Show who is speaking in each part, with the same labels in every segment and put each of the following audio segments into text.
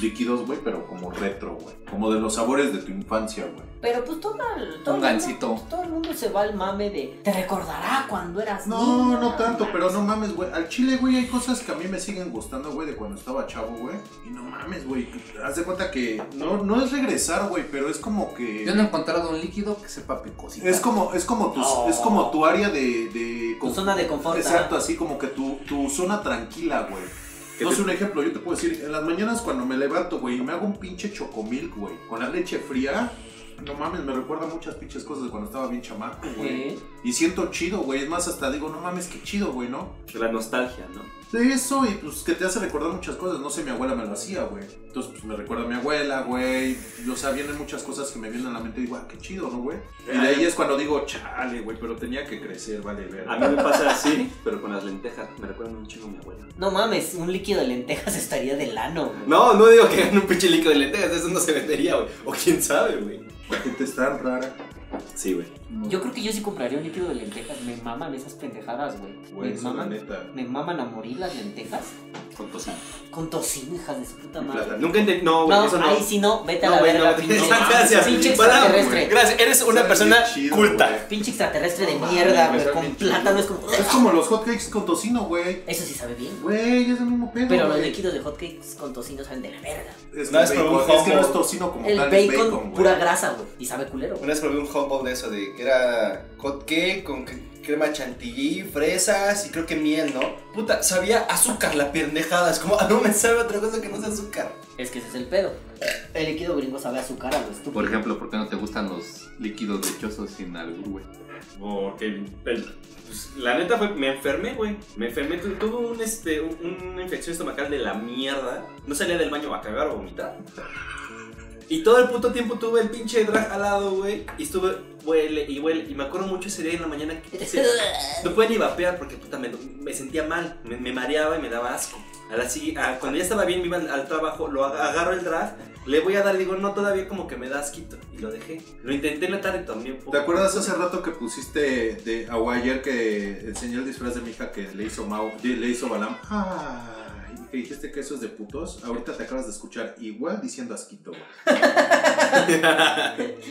Speaker 1: líquidos, güey, pero como retro, güey. Como de los sabores de tu infancia, güey.
Speaker 2: Pero pues todo, el- todo,
Speaker 3: Un
Speaker 2: el
Speaker 3: gansito.
Speaker 2: mundo, pues, todo el mundo se va al mame de te recordará cuando eras
Speaker 1: No,
Speaker 2: niño".
Speaker 1: no tanto, pero no mames, güey. Al chile, güey, hay cosas que a mí me siguen gustando, güey, de cuando estaba chavo, güey. Y no mames, güey. Haz de cuenta que no, no es regresar, güey, pero es como que.
Speaker 3: Yo no he encontrado un líquido que sepa picosito.
Speaker 1: Es como, es como tu,
Speaker 2: No.
Speaker 1: es como tu área de, de
Speaker 2: Tu zona de confort. ¿ah?
Speaker 1: Exacto, así como que tu, tu zona tranquila, güey.
Speaker 4: Que
Speaker 1: No
Speaker 4: te-
Speaker 1: sé, un ejemplo, yo te puedo decir, en las mañanas cuando me levanto, güey, y me hago un pinche chocomilk, güey, con la leche fría, no mames, me recuerda muchas pinches cosas de cuando estaba bien chamaco,
Speaker 2: ajá.
Speaker 1: güey.
Speaker 2: Sí.
Speaker 1: Y siento chido, güey, es más, hasta digo, no mames, qué chido, güey, ¿no?
Speaker 4: De la nostalgia, ¿no?
Speaker 1: De eso, y pues que te hace recordar muchas cosas. No sé, mi abuela me lo hacía, güey. Entonces, pues me recuerda a mi abuela, güey. Y, O sea, vienen muchas cosas que me vienen a la mente y digo, ah, qué chido, ¿no, güey? Y de ahí es cuando digo, chale, güey, pero tenía que crecer, vale, ver.
Speaker 4: Eh. A mí me pasa así, pero con las lentejas. Me recuerdan un chingo a mi abuela.
Speaker 2: No mames, un líquido de lentejas estaría de lano. güey.
Speaker 4: No, no digo que hagan un pinche líquido de lentejas, eso no se vendería, güey. O quién sabe, güey.
Speaker 1: La gente es tan rara.
Speaker 4: Sí, güey.
Speaker 2: Yo creo que yo sí compraría un líquido de lentejas. Me maman esas pendejadas, güey.
Speaker 1: Güey,
Speaker 2: Me
Speaker 1: eso, la
Speaker 2: maman.
Speaker 1: neta.
Speaker 2: Me maman a morir las lentejas.
Speaker 4: Con tocino.
Speaker 2: Con tocino, hijas de su puta
Speaker 1: Y
Speaker 2: madre.
Speaker 1: plátano.
Speaker 4: Nunca entendí. No, güey,
Speaker 2: No,
Speaker 4: eso no.
Speaker 2: ahí sí no, vete a
Speaker 4: No,
Speaker 2: la
Speaker 4: güey,
Speaker 2: verga,
Speaker 4: no,
Speaker 2: pinche,
Speaker 4: gracias.
Speaker 2: pinche
Speaker 4: Para,
Speaker 2: extraterrestre.
Speaker 4: Gracias, eres una
Speaker 1: Sabe
Speaker 4: persona
Speaker 1: bien chido,
Speaker 4: culta.
Speaker 1: güey.
Speaker 2: Pinche extraterrestre de
Speaker 1: No,
Speaker 2: mierda,
Speaker 1: güey,
Speaker 2: güey,
Speaker 1: sabe
Speaker 2: con
Speaker 1: bien chido.
Speaker 2: plátano es como...
Speaker 1: Es como los hotcakes con tocino, güey.
Speaker 2: Eso sí sabe bien, güey.
Speaker 1: Güey, es el mismo pedo.
Speaker 2: Pero los
Speaker 1: güey.
Speaker 2: líquidos de hotcakes con tocino saben de la verga.
Speaker 1: Es,
Speaker 5: No,
Speaker 1: que
Speaker 5: es
Speaker 1: bacon.
Speaker 5: como un
Speaker 1: es que no
Speaker 5: jamón.
Speaker 1: es tocino como
Speaker 2: El
Speaker 1: tal,
Speaker 2: bacon,
Speaker 1: es bacon, güey.
Speaker 2: pura grasa, güey. Y sabe culero, güey.
Speaker 5: Una vez probé un hot bowl de eso, de que era hot cake con cre- crema chantilly, fresas y creo que miel, ¿no? Puta, sabía azúcar la pendejada. Es como, "Ah, no me sabe otra cosa que no sea azúcar.
Speaker 2: Es que ese es el pedo. El líquido gringo sabe azúcar a lo estúpido.
Speaker 3: Por ejemplo, ¿por qué no te gustan los líquidos lechosos sin albur, güey?
Speaker 4: Porque el- pues, la neta fue, me enfermé, güey. Me enfermé, tu- tuve un, este, un- una infección estomacal de la mierda. No salía del baño a cagar o vomitar. Y todo el puto tiempo tuve el pinche drag al lado, güey. Y estuve, huele y huele. Y me acuerdo mucho ese día en la mañana que ese- no pude ni vapear porque puta, me, me sentía mal. Me, me mareaba y me daba asco. A la sigui- a- cuando ya estaba bien, me iba al, al trabajo, lo ag- agarro el drag, le voy a dar, digo, no, todavía como que me da asquito. Y lo dejé. Lo intenté en la tarde también.
Speaker 1: ¿Te acuerdas hace rato que pusiste de a ayer que enseñé el disfraz de mi hija que le hizo Mao, de- le hizo Balam? Ay, y que dijiste que eso es de putos. Ahorita te acabas de escuchar igual diciendo asquito. güey.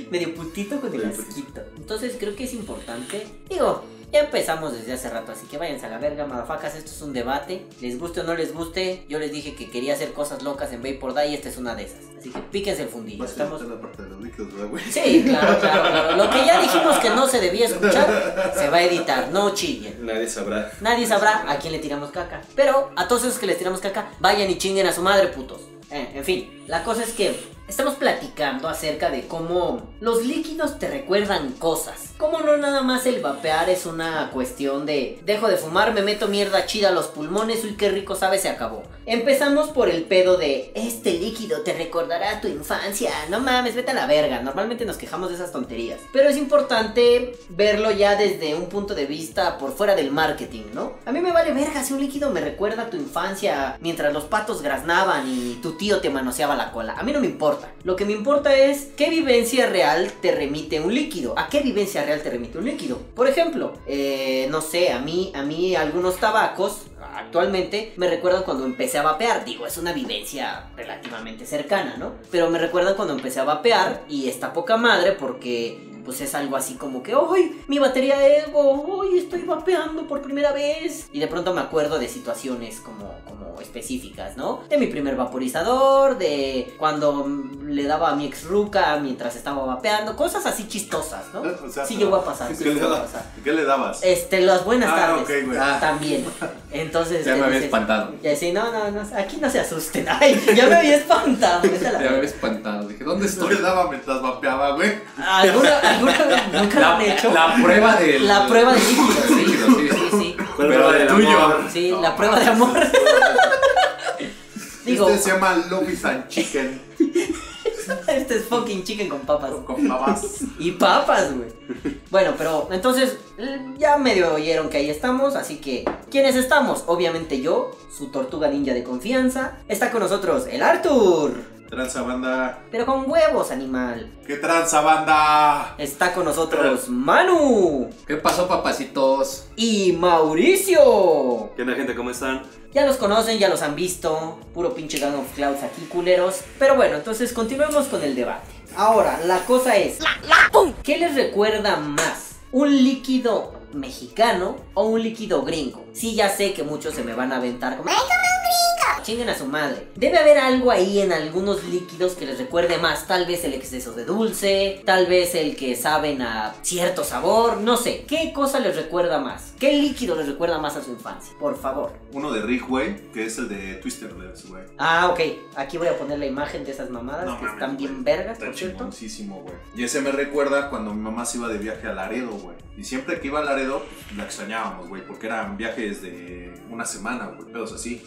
Speaker 2: Medio putito con el
Speaker 4: Medio putito.
Speaker 2: asquito. Entonces creo que es importante. Digo, ya empezamos desde hace rato, así que váyanse a la verga, madafacas. Esto es un debate. Les guste o no les guste, yo les dije que quería hacer cosas locas en Vaporda y esta es una de esas. Así que píquense el fundillo.
Speaker 1: Vas a
Speaker 2: Estamos.
Speaker 1: meter la parte de los líquidos, ¿verdad, güey?
Speaker 2: Sí, claro, claro, claro. Lo que ya dijimos que no se debía escuchar, se va a editar. No chillen.
Speaker 4: Nadie sabrá.
Speaker 2: Nadie sabrá a quién le tiramos caca. Pero a todos esos que les tiramos caca, vayan y chinguen a su madre, putos. Eh, en fin, la cosa es que estamos platicando acerca de cómo los líquidos te recuerdan cosas. Cómo no nada más el vapear es una cuestión de dejo de fumar, me meto mierda chida a los pulmones, uy, qué rico sabe, se acabó. Empezamos por el pedo de este líquido te recordará tu infancia. No mames, vete a la verga. Normalmente nos quejamos de esas tonterías. Pero es importante verlo ya desde un punto de vista por fuera del marketing, ¿no? A mí me vale verga si un líquido me recuerda a tu infancia mientras los patos graznaban y tu tío te manoseaba la cola. A mí no me importa. Lo que me importa es qué vivencia real te remite un líquido. ¿A qué vivencia real te remite un líquido? Por ejemplo, eh, no sé, a mí, a mí algunos tabacos actualmente me recuerdan cuando empecé a vapear. Digo, es una vivencia relativamente cercana, ¿no? Pero me recuerdan cuando empecé a vapear y está poca madre porque pues es algo así como que, ¡ay! Mi batería ego, ¡ay! Estoy vapeando por primera vez. Y de pronto me acuerdo de situaciones como, como específicas, ¿no? De mi primer vaporizador, de cuando mm, le daba a mi ex ruca mientras estaba vapeando, cosas así chistosas, ¿no?
Speaker 1: O sea,
Speaker 2: sí
Speaker 1: pero-
Speaker 2: llegó a pasar, sí
Speaker 1: ¿Qué le
Speaker 2: llegó a
Speaker 1: dabas?
Speaker 2: pasar.
Speaker 1: ¿Qué le dabas?
Speaker 2: Este, las buenas
Speaker 1: Ah,
Speaker 2: tardes.
Speaker 1: ok, güey.
Speaker 3: Ah.
Speaker 2: También. Entonces.
Speaker 3: Ya me había
Speaker 2: dices-
Speaker 3: espantado.
Speaker 2: Y así, no, no, no, aquí no se asusten. Ay, ya me había espantado. vete a
Speaker 3: Ya
Speaker 2: la
Speaker 3: me había
Speaker 2: verga.
Speaker 3: espantado. Dije, ¿dónde
Speaker 1: Esto
Speaker 3: estoy?
Speaker 1: le daba mientras vapeaba, güey.
Speaker 2: ¿Alguna, alguna vez nunca lo han hecho?
Speaker 3: la prueba de
Speaker 2: La prueba de líquidos, sí,
Speaker 3: líquido,
Speaker 2: sí,
Speaker 3: sí.
Speaker 2: sí,
Speaker 4: ¿Cuál
Speaker 3: Pero
Speaker 4: fue
Speaker 3: del
Speaker 4: el
Speaker 3: tuyo.
Speaker 4: amor?
Speaker 2: sí, la prueba de amor. Digo,
Speaker 1: Este se llama Lobby's and Chicken
Speaker 2: este es fucking chicken con papas.
Speaker 1: con babas.
Speaker 2: Y papas, güey. Bueno, pero entonces eh, ya medio oyeron que ahí estamos, así que ¿quiénes estamos? Obviamente yo, su tortuga ninja de confianza. Está con nosotros el Arthur,
Speaker 1: Tranza banda.
Speaker 2: pero con huevos, animal.
Speaker 1: ¿Qué tranza banda?
Speaker 2: Está con nosotros Manu
Speaker 3: ¿Qué pasó, papacitos?
Speaker 2: y Mauricio.
Speaker 4: ¿Qué onda, gente? ¿Cómo están?
Speaker 2: Ya los conocen, ya los han visto. Puro pinche Gang of Clouds aquí, culeros. Pero bueno, entonces continuemos con el debate. Ahora, la cosa es... ¿Qué les recuerda más? ¿Un líquido mexicano o un líquido gringo? Sí, ya sé que muchos se me van a aventar como... "Ay, cabrón, gringo". Chinguen a su madre. Debe haber algo ahí en algunos líquidos que les recuerde más. Tal vez el exceso de dulce, tal vez el que saben a cierto sabor, no sé. ¿Qué cosa les recuerda más? ¿Qué líquido les recuerda más a su infancia? Por favor.
Speaker 1: Uno de Rick, güey, que es el de Twister Devs, güey.
Speaker 2: Ah, ok. Aquí voy a poner la imagen de esas mamadas
Speaker 1: No
Speaker 2: que
Speaker 1: mames,
Speaker 2: están bien
Speaker 1: güey.
Speaker 2: vergas,
Speaker 1: Está
Speaker 2: por cierto.
Speaker 1: chingoncísimo, güey. Y ese me recuerda cuando mi mamá se iba de viaje a Laredo, güey. Y siempre que iba a Laredo, pues, la extrañábamos, güey, porque eran viajes de una semana, güey, pedos así.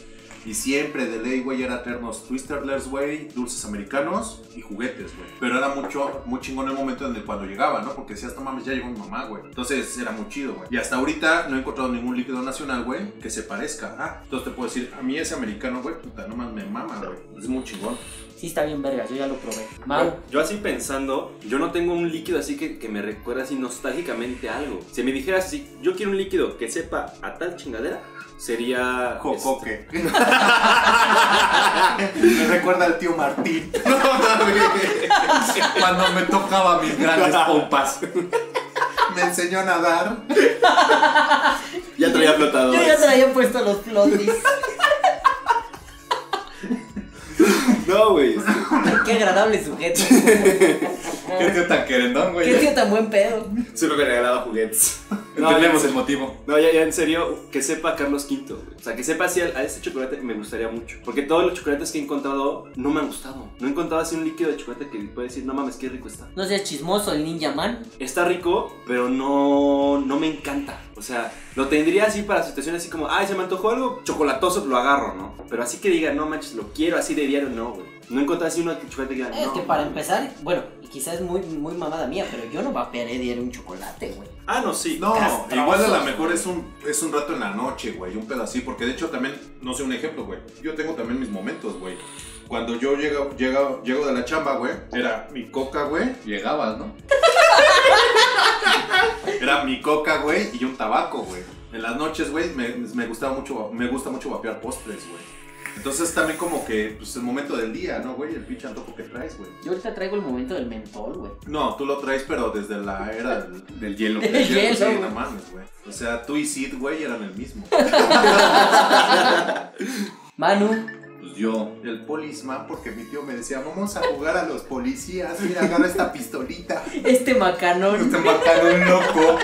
Speaker 1: Y siempre de ley, güey, era ternos twisterlers, güey, dulces americanos y juguetes, güey. Pero era mucho, muy chingón el momento en el cuando llegaba, ¿no? Porque decías, no mames, ya llegó mi mamá, güey. Entonces era muy chido, güey. Y hasta ahorita no he encontrado ningún líquido nacional, güey, que se parezca. Ah, entonces te puedo decir, a mí ese americano, güey, puta, no mames, me mama, güey. Es muy chingón.
Speaker 2: Sí, está bien vergas, yo ya lo probé. Mau.
Speaker 4: Yo- Yo así pensando, yo no tengo un líquido así que, que me recuerda así nostálgicamente a algo. Si me dijeras así, yo quiero un líquido que sepa a tal chingadera, sería... este,
Speaker 1: Jocoque. Me recuerda al tío Martín. No mames.
Speaker 3: Cuando me tocaba mis grandes pompas.
Speaker 1: Me enseñó a nadar.
Speaker 4: Ya traía flotador.
Speaker 2: Yo ya te había puesto los flotis.
Speaker 4: No, güey.
Speaker 2: Qué agradable sujeto.
Speaker 3: ¿Qué tío tan querendón, güey?
Speaker 2: Qué tío tan buen pedo.
Speaker 4: Se me regalaba juguetes. No,
Speaker 3: Entendemos
Speaker 4: ya-
Speaker 3: el motivo.
Speaker 4: No, ya, ya, en serio, que sepa Carlos V. güey. O sea, que sepa si a, a ese chocolate me gustaría mucho. Porque todos los chocolates que he encontrado no me han gustado. No he encontrado así un líquido de chocolate que pueda decir, no mames, qué rico está.
Speaker 2: No seas chismoso, el ninja man.
Speaker 4: Está rico, pero no, no me encanta. O sea, lo tendría así para situaciones así como, ay, se me antojó algo chocolatoso, lo agarro, ¿no? Pero así que diga, no manches, lo quiero así de diario, no, güey. No encontré así uno de chocolate que diga,
Speaker 2: Es
Speaker 4: no,
Speaker 2: que para
Speaker 4: mames".
Speaker 2: empezar, bueno, y quizás es muy, muy mamada mía, pero yo no vapearé diario un chocolate, güey.
Speaker 4: Ah, no, sí.
Speaker 1: No,
Speaker 2: Castrosos,
Speaker 1: igual a lo
Speaker 2: güey.
Speaker 1: mejor es un, es un rato en la noche, güey. Un pedo así. Porque de hecho también, no sé, un ejemplo, güey. Yo tengo también mis momentos, güey. Cuando yo llego, llego, llego de la chamba, güey, era mi coca, güey.
Speaker 3: Llegabas, ¿no?
Speaker 1: Era mi coca, güey, y un tabaco, güey. En las noches, güey, me, me gustaba mucho, me gusta mucho vapear postres, güey. Entonces también como que, pues el momento del día, ¿no, güey? El pinche antojo que traes, güey.
Speaker 2: Yo ahorita traigo el momento del mentol, güey.
Speaker 1: No, tú lo traes, pero desde la era del, del
Speaker 3: Del hielo.
Speaker 2: El hielo,
Speaker 1: sí,
Speaker 2: güey.
Speaker 1: no mames, güey. O sea, tú y Sid, güey, eran el mismo.
Speaker 2: Manu,
Speaker 3: Pues yo.
Speaker 1: El polisman, porque mi tío me decía, vamos a jugar a los policías, mira, agarra esta pistolita.
Speaker 2: este macanón.
Speaker 1: Te mataron un loco.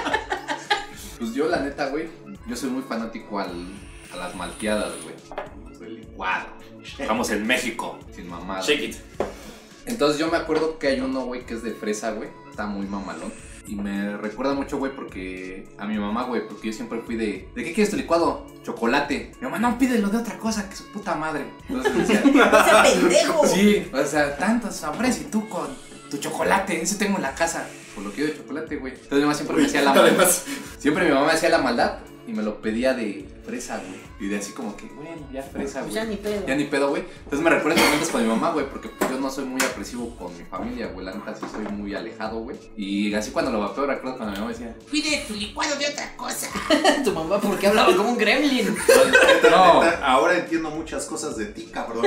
Speaker 3: Pues yo, la neta, güey. Yo soy muy fanático al, a las malteadas, güey. Pues el licuado. Estamos en México. Sin mamada.
Speaker 4: Shake it.
Speaker 3: Entonces yo me acuerdo que hay uno, güey, que es de fresa, güey. Está muy mamalón. Y me recuerda mucho, güey, porque a mi mamá, güey, porque yo siempre fui de... ¿De qué quieres tu licuado? Chocolate. Mi mamá, no, pídelo de otra cosa, que su puta madre. Entonces decía,
Speaker 2: ¡No sea pendejo!
Speaker 3: sí, o sea, tantos sabores y tú con tu chocolate. Ese tengo en la casa. Por lo que yo de chocolate, güey. Entonces mi mamá siempre me hacía la maldad. Siempre mi mamá me hacía la maldad y me lo pedía de fresa, güey. Y de así como que, bueno, ya fresa,
Speaker 2: Pues
Speaker 3: güey.
Speaker 2: ya ni pedo.
Speaker 3: Ya ni pedo, güey. Entonces me recuerdo esos momentos con mi mamá, güey, porque pues, yo no soy muy apresivo con mi familia, güey. La neta sí soy muy alejado, güey. Y así cuando lo vapeo, recuerdo cuando mi mamá decía,
Speaker 6: Pide tu licuado de otra cosa.
Speaker 2: tu mamá porque hablaba como un gremlin.
Speaker 3: no,
Speaker 1: Neta, Ahora entiendo muchas cosas de ti, cabrón.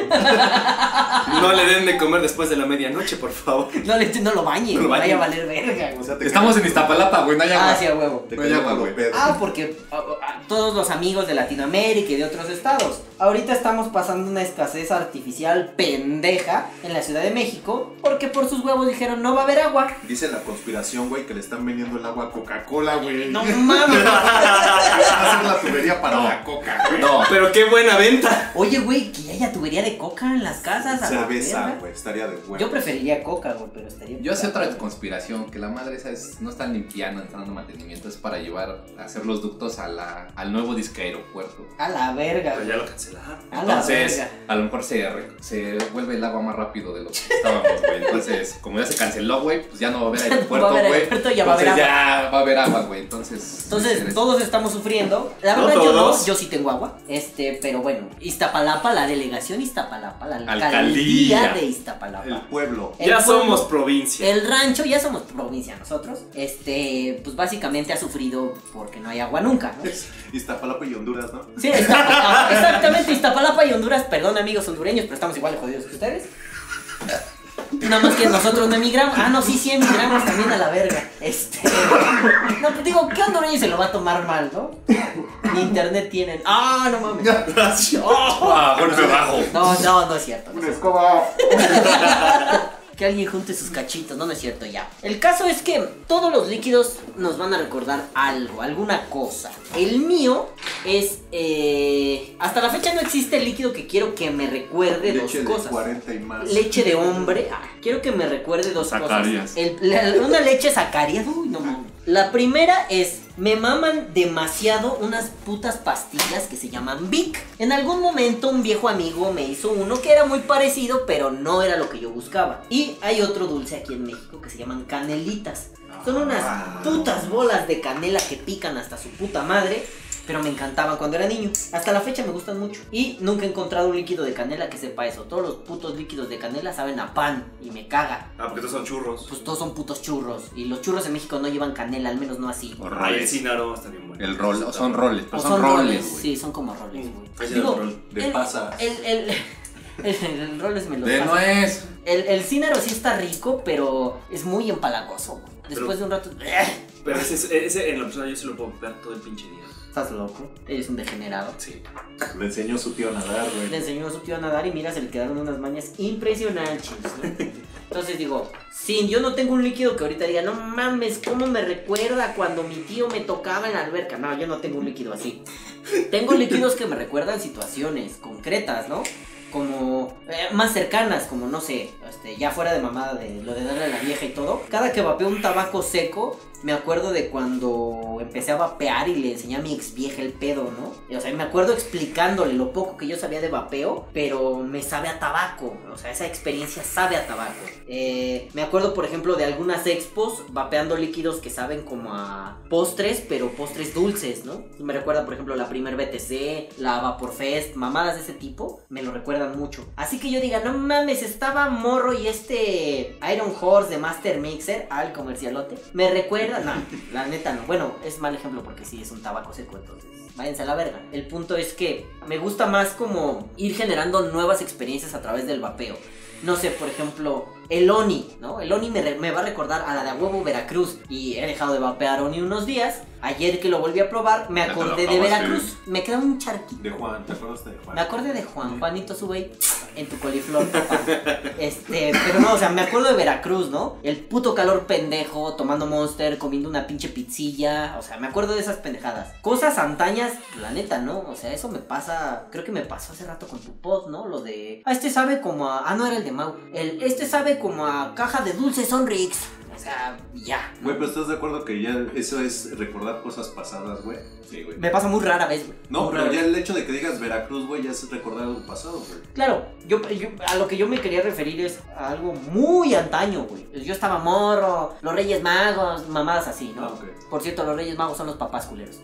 Speaker 4: No le den de comer después de la medianoche, por favor.
Speaker 2: No, le, no lo bañe,
Speaker 4: No lo
Speaker 2: vaya a
Speaker 4: bañe.
Speaker 2: valer verga,
Speaker 1: O
Speaker 2: güey.
Speaker 1: sea, te
Speaker 3: estamos en Iztapalapa, güey, no hay agua.
Speaker 2: Ah, sí, a huevo.
Speaker 1: Te
Speaker 3: No hay
Speaker 1: cayó
Speaker 3: agua,
Speaker 1: puro
Speaker 3: güey.
Speaker 1: pedo.
Speaker 2: Ah, porque a- a- a todos los amigos de Latinoamérica y de otros estados. Ahorita estamos pasando una escasez artificial pendeja en la Ciudad de México porque por sus huevos dijeron no va a haber agua.
Speaker 1: Dice la conspiración, güey, que le están vendiendo el agua a Coca-Cola, güey.
Speaker 2: No mames.
Speaker 1: Va a ser la tubería para
Speaker 3: No.
Speaker 1: la coca, güey.
Speaker 3: No,
Speaker 4: Pero qué buena venta.
Speaker 2: Oye, güey, que ya haya tubería de coca en las casas. a la
Speaker 1: Cerveza,
Speaker 2: verga.
Speaker 1: güey, estaría de huevo.
Speaker 2: Yo preferiría coca, güey, pero estaría.
Speaker 3: yo sé otra
Speaker 2: otra
Speaker 3: conspiración, que la madre esa es, no están limpiando, están dando mantenimiento, es para llevar, hacer los ductos a la, al nuevo disque aeropuerto.
Speaker 2: A la verga,
Speaker 4: Pero
Speaker 2: güey.
Speaker 4: ya lo cancelaron.
Speaker 2: A la
Speaker 3: Entonces,
Speaker 2: verga.
Speaker 3: a lo mejor se, re- se vuelve el agua más rápido de lo que estábamos, güey. Entonces, como ya se canceló, güey, pues ya no va a haber aeropuerto,
Speaker 2: Va a haber
Speaker 3: güey.
Speaker 2: aeropuerto, ya va a haber
Speaker 3: Entonces, Ya va a haber agua, güey. Entonces. este,
Speaker 2: Entonces, todos estamos sufriendo. La
Speaker 4: No
Speaker 2: verdad, yo no,
Speaker 4: todos.
Speaker 2: yo sí tengo agua. Este, pero bueno, Iztapalapa, la delegación Iztapalapa, la alcaldía,
Speaker 3: Alcaldía.
Speaker 2: de Iztapalapa.
Speaker 1: El pueblo.
Speaker 2: el
Speaker 4: Ya
Speaker 2: pueblo-
Speaker 4: somos provincia.
Speaker 2: El rancho, ya somos provincia nosotros. Este, pues básicamente ha sufrido porque no hay agua nunca, ¿no?
Speaker 1: Iztapalapa y Honduras, ¿no?
Speaker 2: Sí, Iztapalapa, exactamente, Iztapalapa y Honduras, perdón amigos hondureños, pero estamos igual de jodidos que ustedes. Nada más que nosotros no emigramos. Ah, no, sí, sí emigramos también a la verga. Este. No, te digo, ¿qué hondureño se lo va a tomar mal, no? Ni internet tienen. Ah, no mames. Oh.
Speaker 3: Ah, golpe bajo.
Speaker 2: No, no, no es cierto. no es cierto.
Speaker 1: escoba.
Speaker 2: Que alguien junte sus cachitos, no, no es cierto ya. El caso es que todos los líquidos nos van a recordar algo, alguna cosa. El mío es... eh, hasta la fecha no existe el líquido que quiero que me recuerde
Speaker 1: Leche de
Speaker 2: dos cosas.
Speaker 1: 40 y más.
Speaker 2: Leche de hombre. Ah, quiero que me recuerde dos
Speaker 3: Zacarías.
Speaker 2: cosas. El- la- una leche Zacarías. Uy, no mames. La primera es, me maman demasiado unas putas pastillas que se llaman Vic. En algún momento un viejo amigo me hizo uno que era muy parecido, pero no era lo que yo buscaba. Y hay otro dulce aquí en México que se llaman canelitas. Son unas putas bolas de canela que pican hasta su puta madre. Pero me encantaban cuando era niño. Hasta la fecha me gustan mucho. Y nunca he encontrado un líquido de canela que sepa eso. Todos los putos líquidos de canela saben a pan. Y me caga.
Speaker 4: Ah, porque todos son churros.
Speaker 2: Pues todos son putos churros. Y los churros en México no llevan canela, al menos no así.
Speaker 3: O
Speaker 4: Ay, Ah, el
Speaker 3: roles.
Speaker 4: Sinaro está bien bueno.
Speaker 3: El rol, o son roles. Pero
Speaker 2: O
Speaker 3: son, roles, güey.
Speaker 2: Sí, son como roles, güey.
Speaker 4: Ese era
Speaker 2: Digo,
Speaker 4: el rol.
Speaker 1: de
Speaker 2: el-
Speaker 4: Mm.
Speaker 1: pasas.
Speaker 2: El, el, el- el roles me lo
Speaker 3: De
Speaker 2: pasan.
Speaker 3: no es.
Speaker 2: El, el cínaro sí está rico, pero es muy empalagoso, güey. Después de un rato.
Speaker 4: Pero ese, ese en lo personal yo se lo puedo ver todo el pinche día.
Speaker 2: Estás loco. Eres un degenerado.
Speaker 4: Sí.
Speaker 1: Le enseñó su tío a nadar,
Speaker 2: Le
Speaker 1: güey.
Speaker 2: enseñó a su tío a nadar y mira, se le quedaron unas mañas impresionantes. ¿no? Entonces digo, sin yo no tengo un líquido que ahorita diga, no mames, ¿cómo me recuerda cuando mi tío me tocaba en la alberca? No, yo no tengo un líquido así. Tengo líquidos que me recuerdan situaciones concretas, ¿no? Como eh, más cercanas, como no sé, este, ya fuera de mamada de lo de darle a la vieja y todo. Cada que vapeo un tabaco seco, me acuerdo de cuando empecé a vapear y le enseñé a mi ex vieja el pedo, ¿no? Y, o sea, me acuerdo explicándole lo poco que yo sabía de vapeo, pero me sabe a tabaco. O sea, esa experiencia sabe a tabaco. Eh, me acuerdo, por ejemplo, de algunas expos vapeando líquidos que saben como a postres, pero postres dulces, ¿no? Me recuerda, por ejemplo, la primer BTC, la Vaporfest, mamadas de ese tipo, me lo recuerdan mucho. Así que yo diga, no mames, estaba morro y este Iron Horse de Master Mixer, al comercialote, me recuerda, no, la neta no. Bueno, es mal ejemplo porque sí es un tabaco seco, entonces váyanse a la verga. El punto es que me gusta más como ir generando nuevas experiencias a través del vapeo. No sé, por ejemplo, el Oni, ¿no? El Oni me, re- me va a recordar a la de a huevo Veracruz. Y he dejado de vapear Oni unos días. Ayer que lo volví a probar, me
Speaker 3: Ya te lo
Speaker 2: acordé de
Speaker 3: acabaste.
Speaker 2: Veracruz. Me queda un charquito.
Speaker 1: De Juan, ¿te acuerdas de Juan?
Speaker 2: Me acordé de Juan, Juanito sube ahí en tu coliflor, papá. Este, pero no, o sea, me acuerdo de Veracruz, ¿no? El puto calor pendejo, tomando Monster, comiendo una pinche pizzilla, o sea, me acuerdo de esas pendejadas. Cosas antañas, la neta, ¿no? O sea, eso me pasa, creo que me pasó hace rato con tu pod, ¿no? Lo de, ah, este sabe como a, ah, no era el de Mau, el, este sabe como a caja de dulces Sonrix, o sea, ya. ¿no?
Speaker 1: Güey, pero ¿estás de acuerdo que ya eso es recordar cosas pasadas, güey?
Speaker 3: Sí, güey.
Speaker 2: Me pasa muy rara vez, güey.
Speaker 1: No,
Speaker 2: Muy
Speaker 1: pero
Speaker 2: rara
Speaker 1: ya el hecho de que digas Veracruz, güey, ya es recordar algo pasado, güey.
Speaker 2: Claro, yo, yo- a lo que yo me quería referir es a algo muy antaño, güey. Yo estaba morro, los Reyes Magos, mamadas así, ¿no?
Speaker 1: Ah, ok.
Speaker 2: Por cierto, los Reyes Magos son los papás culeros.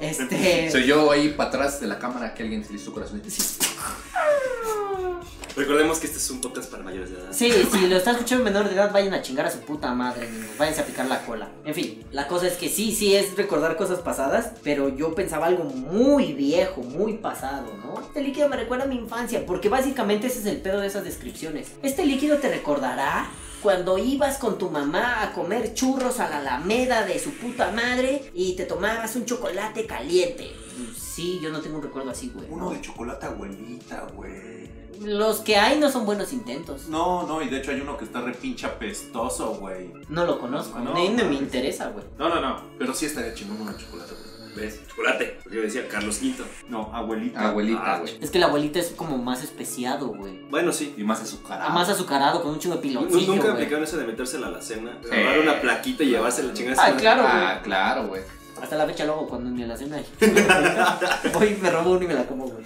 Speaker 2: Este. este
Speaker 3: Soy yo ahí para atrás de la cámara que alguien se le hizo su corazón.
Speaker 4: Recordemos que este es un podcast para mayores de edad.
Speaker 2: Sí, si lo está escuchando menor de edad, vayan a chingar a su puta madre, niños. Váyanse a picar la cola. En fin, la cosa es que sí, sí es recordar cosas pasadas, pero yo pensaba algo muy viejo, muy pasado, ¿no? Este líquido me recuerda a mi infancia, porque básicamente ese es el pedo de esas descripciones. Este líquido te recordará cuando ibas con tu mamá a comer churros a la alameda de su puta madre y te tomabas un chocolate caliente. Sí, yo no tengo un recuerdo así, güey.
Speaker 1: Uno de chocolate abuelita, güey.
Speaker 2: Los que hay no son buenos intentos.
Speaker 1: No, no, y de hecho hay uno que está repincha pestoso, güey.
Speaker 2: No lo conozco,
Speaker 1: No,
Speaker 2: no, ni, ni me
Speaker 1: mames.
Speaker 2: interesa, güey.
Speaker 1: No, no, no. Pero sí estaría chingón uno de chocolate, güey.
Speaker 4: ¿Ves? Chocolate. Porque yo decía Carlos Quinto.
Speaker 1: No, abuelita.
Speaker 3: Abuelita,
Speaker 4: Ah,
Speaker 3: güey.
Speaker 2: Es que la abuelita es como más especiado, güey.
Speaker 4: Bueno, sí.
Speaker 3: Y más azucarada.
Speaker 2: Ah, Más azucarado, con un chingo de
Speaker 4: Nu-
Speaker 2: piloncillo,
Speaker 4: Nunca
Speaker 2: güey.
Speaker 4: aplicaron eso de metérsela a la cena. Agarrar una plaquita y llevársela chingada.
Speaker 2: Ah, claro,
Speaker 3: Ah, claro, güey.
Speaker 2: güey. Hasta la fecha luego cuando me la cena. Voy y me robo uno y me la como, güey.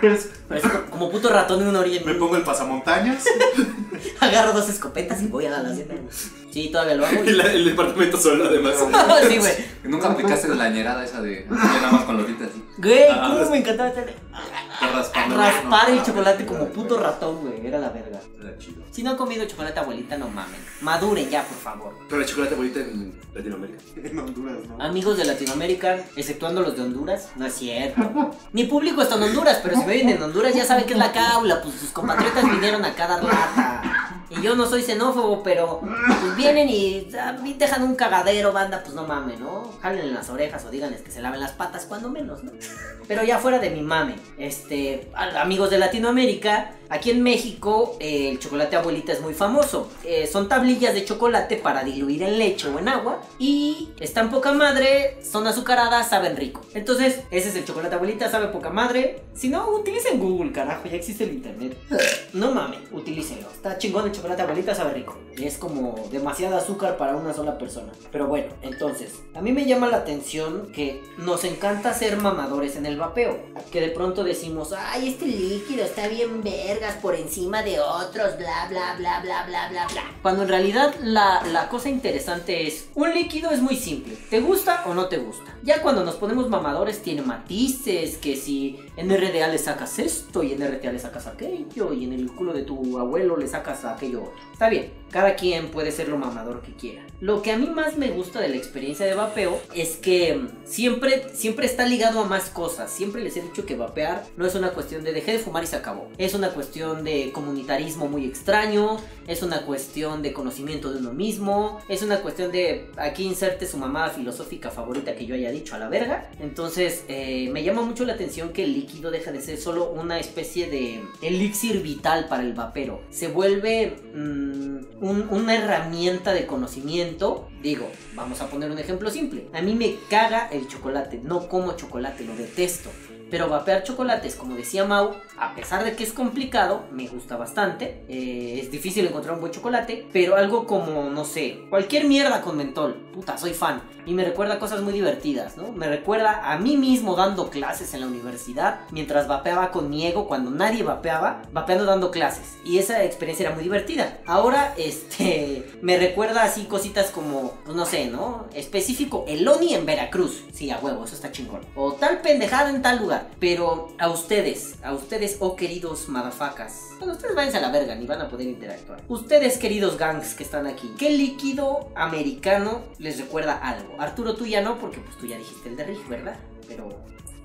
Speaker 1: Pero es-
Speaker 2: Parece co- como puto ratón en una orilla.
Speaker 1: Me pongo el pasamontañas.
Speaker 2: Agarro dos escopetas y voy a la hacienda. Sí, todavía lo hago.
Speaker 4: Y la- el departamento solo, además.
Speaker 2: sí, güey.
Speaker 3: Nunca aplicaste la ñerada esa de. Yo nada más con los dientes así.
Speaker 2: Güey,
Speaker 1: Ah,
Speaker 2: cómo
Speaker 1: las-
Speaker 2: me encantaba estar-
Speaker 1: Te raspando, güey, no
Speaker 2: raspar el
Speaker 1: mames,
Speaker 2: chocolate
Speaker 1: era
Speaker 2: como
Speaker 1: de
Speaker 2: puto
Speaker 1: güey.
Speaker 2: ratón, güey. Era la verga.
Speaker 1: Era chido.
Speaker 2: Si no han comido chocolate, abuelita, no mamen. Maduren ya, por favor.
Speaker 4: Pero la chocolate bonita en Latinoamérica.
Speaker 1: En Honduras, ¿no?
Speaker 2: Amigos de Latinoamérica, exceptuando los de Honduras, no es cierto. Mi público está en Honduras, pero si me vienen en Honduras ya saben que es la caula, pues sus compatriotas vinieron acá a dar lata. Y yo no soy xenófobo, pero pues vienen y ah, y dejan un cagadero, banda, pues no mames, ¿no? Jalen en las orejas o díganles que se laven las patas cuando menos, ¿no? Pero ya fuera de mi mame, este, a- amigos de Latinoamérica, aquí en México eh, el chocolate abuelita es muy famoso. Eh, son tablillas de chocolate para diluir en leche o en agua y están poca madre, son azucaradas, saben rico. Entonces, ese es el chocolate abuelita, sabe poca madre. Si no, utilicen Google, carajo, ya existe el internet. No mames, utilícenlo. Está chingón el chocolate abuelita, sabe rico. Y es como demasiado azúcar para una sola persona. Pero bueno, entonces, a mí me llama la atención que nos encanta ser mamadores en el vapeo. Que de pronto decimos, ay, este líquido está bien vergas por encima de otros, bla, bla, bla, bla, bla, bla, bla. Cuando en realidad la, la cosa interesante es, un líquido es muy simple. ¿Te gusta o no te gusta? Ya cuando nos ponemos mamadores tiene matices, que si en RDA le sacas esto y en RTA le sacas aquello y en el culo de tu abuelo le sacas aquello otro. Está bien, cada quien puede ser lo mamador que quiera. Lo que a mí más me gusta de la experiencia de vapeo es que mm, siempre, siempre está ligado a más cosas. Siempre les he dicho que vapear no es una cuestión de dejé de fumar y se acabó. Es una cuestión de comunitarismo muy extraño, es una cuestión de conocimiento de uno mismo, es una cuestión de aquí inserte su mamada filosófica favorita que yo haya dicho a la verga. Entonces, eh, me llama mucho la atención que el líquido deja de ser solo una especie de elixir vital para el vapero. Se vuelve mm, un- una herramienta de conocimiento. Digo, vamos a poner un ejemplo simple. A mí me caga el chocolate, no como chocolate, lo detesto. Pero vapear chocolates, como decía Mau, a pesar de que es complicado, me gusta bastante. Eh, es difícil encontrar un buen chocolate, pero algo como, no sé, cualquier mierda con mentol. Puta, soy fan. Y me recuerda cosas muy divertidas, ¿no? Me recuerda a mí mismo dando clases en la universidad, mientras vapeaba con mi ego, cuando nadie vapeaba, vapeando dando clases. Y esa experiencia era muy divertida. Ahora, este, me recuerda así cositas como, pues no sé, ¿no? Específico, el Oni en Veracruz. Sí, a huevo, eso está chingón. O tal pendejada en tal lugar. Pero a ustedes, a ustedes, oh queridos madafacas. Bueno, ustedes váyanse a la verga, ni van a poder interactuar. Ustedes, queridos gangs que están aquí, ¿qué líquido americano les recuerda algo? Arturo, tú ya no, porque pues tú ya dijiste el de Rich, ¿verdad? Pero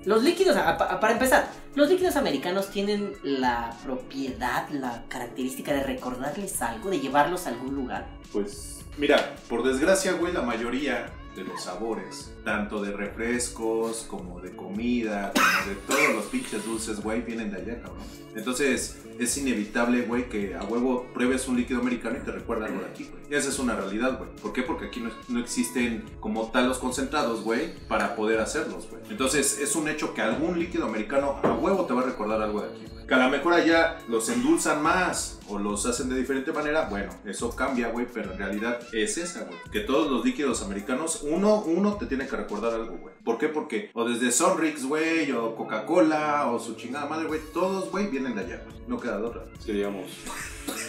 Speaker 2: los líquidos, a- pa- para empezar, los líquidos americanos tienen la propiedad, la característica de recordarles algo, de llevarlos a algún lugar.
Speaker 1: Pues mira, por desgracia, güey, la mayoría de los sabores, tanto de refrescos como de comida, como de todos los pinches dulces, güey, vienen de allá, cabrón. Entonces es inevitable, güey, que a huevo pruebes un líquido americano y te recuerda algo de aquí, güey. Y Esa es una realidad, güey. ¿Por qué? Porque aquí no, no existen como tal los concentrados, güey, para poder hacerlos, güey. Entonces es un hecho que algún líquido americano a huevo te va a recordar algo de aquí, güey. Que a lo mejor allá los endulzan más o los hacen de diferente manera, bueno, eso cambia, güey, pero en realidad es esa, güey. Que todos los líquidos americanos, uno, uno te tiene que recordar algo, güey. ¿Por qué? Porque o desde Sonrix, güey, o Coca-Cola, o su chingada madre, güey, todos, güey, vienen de allá, güey. No queda de otra.
Speaker 4: Es que digamos,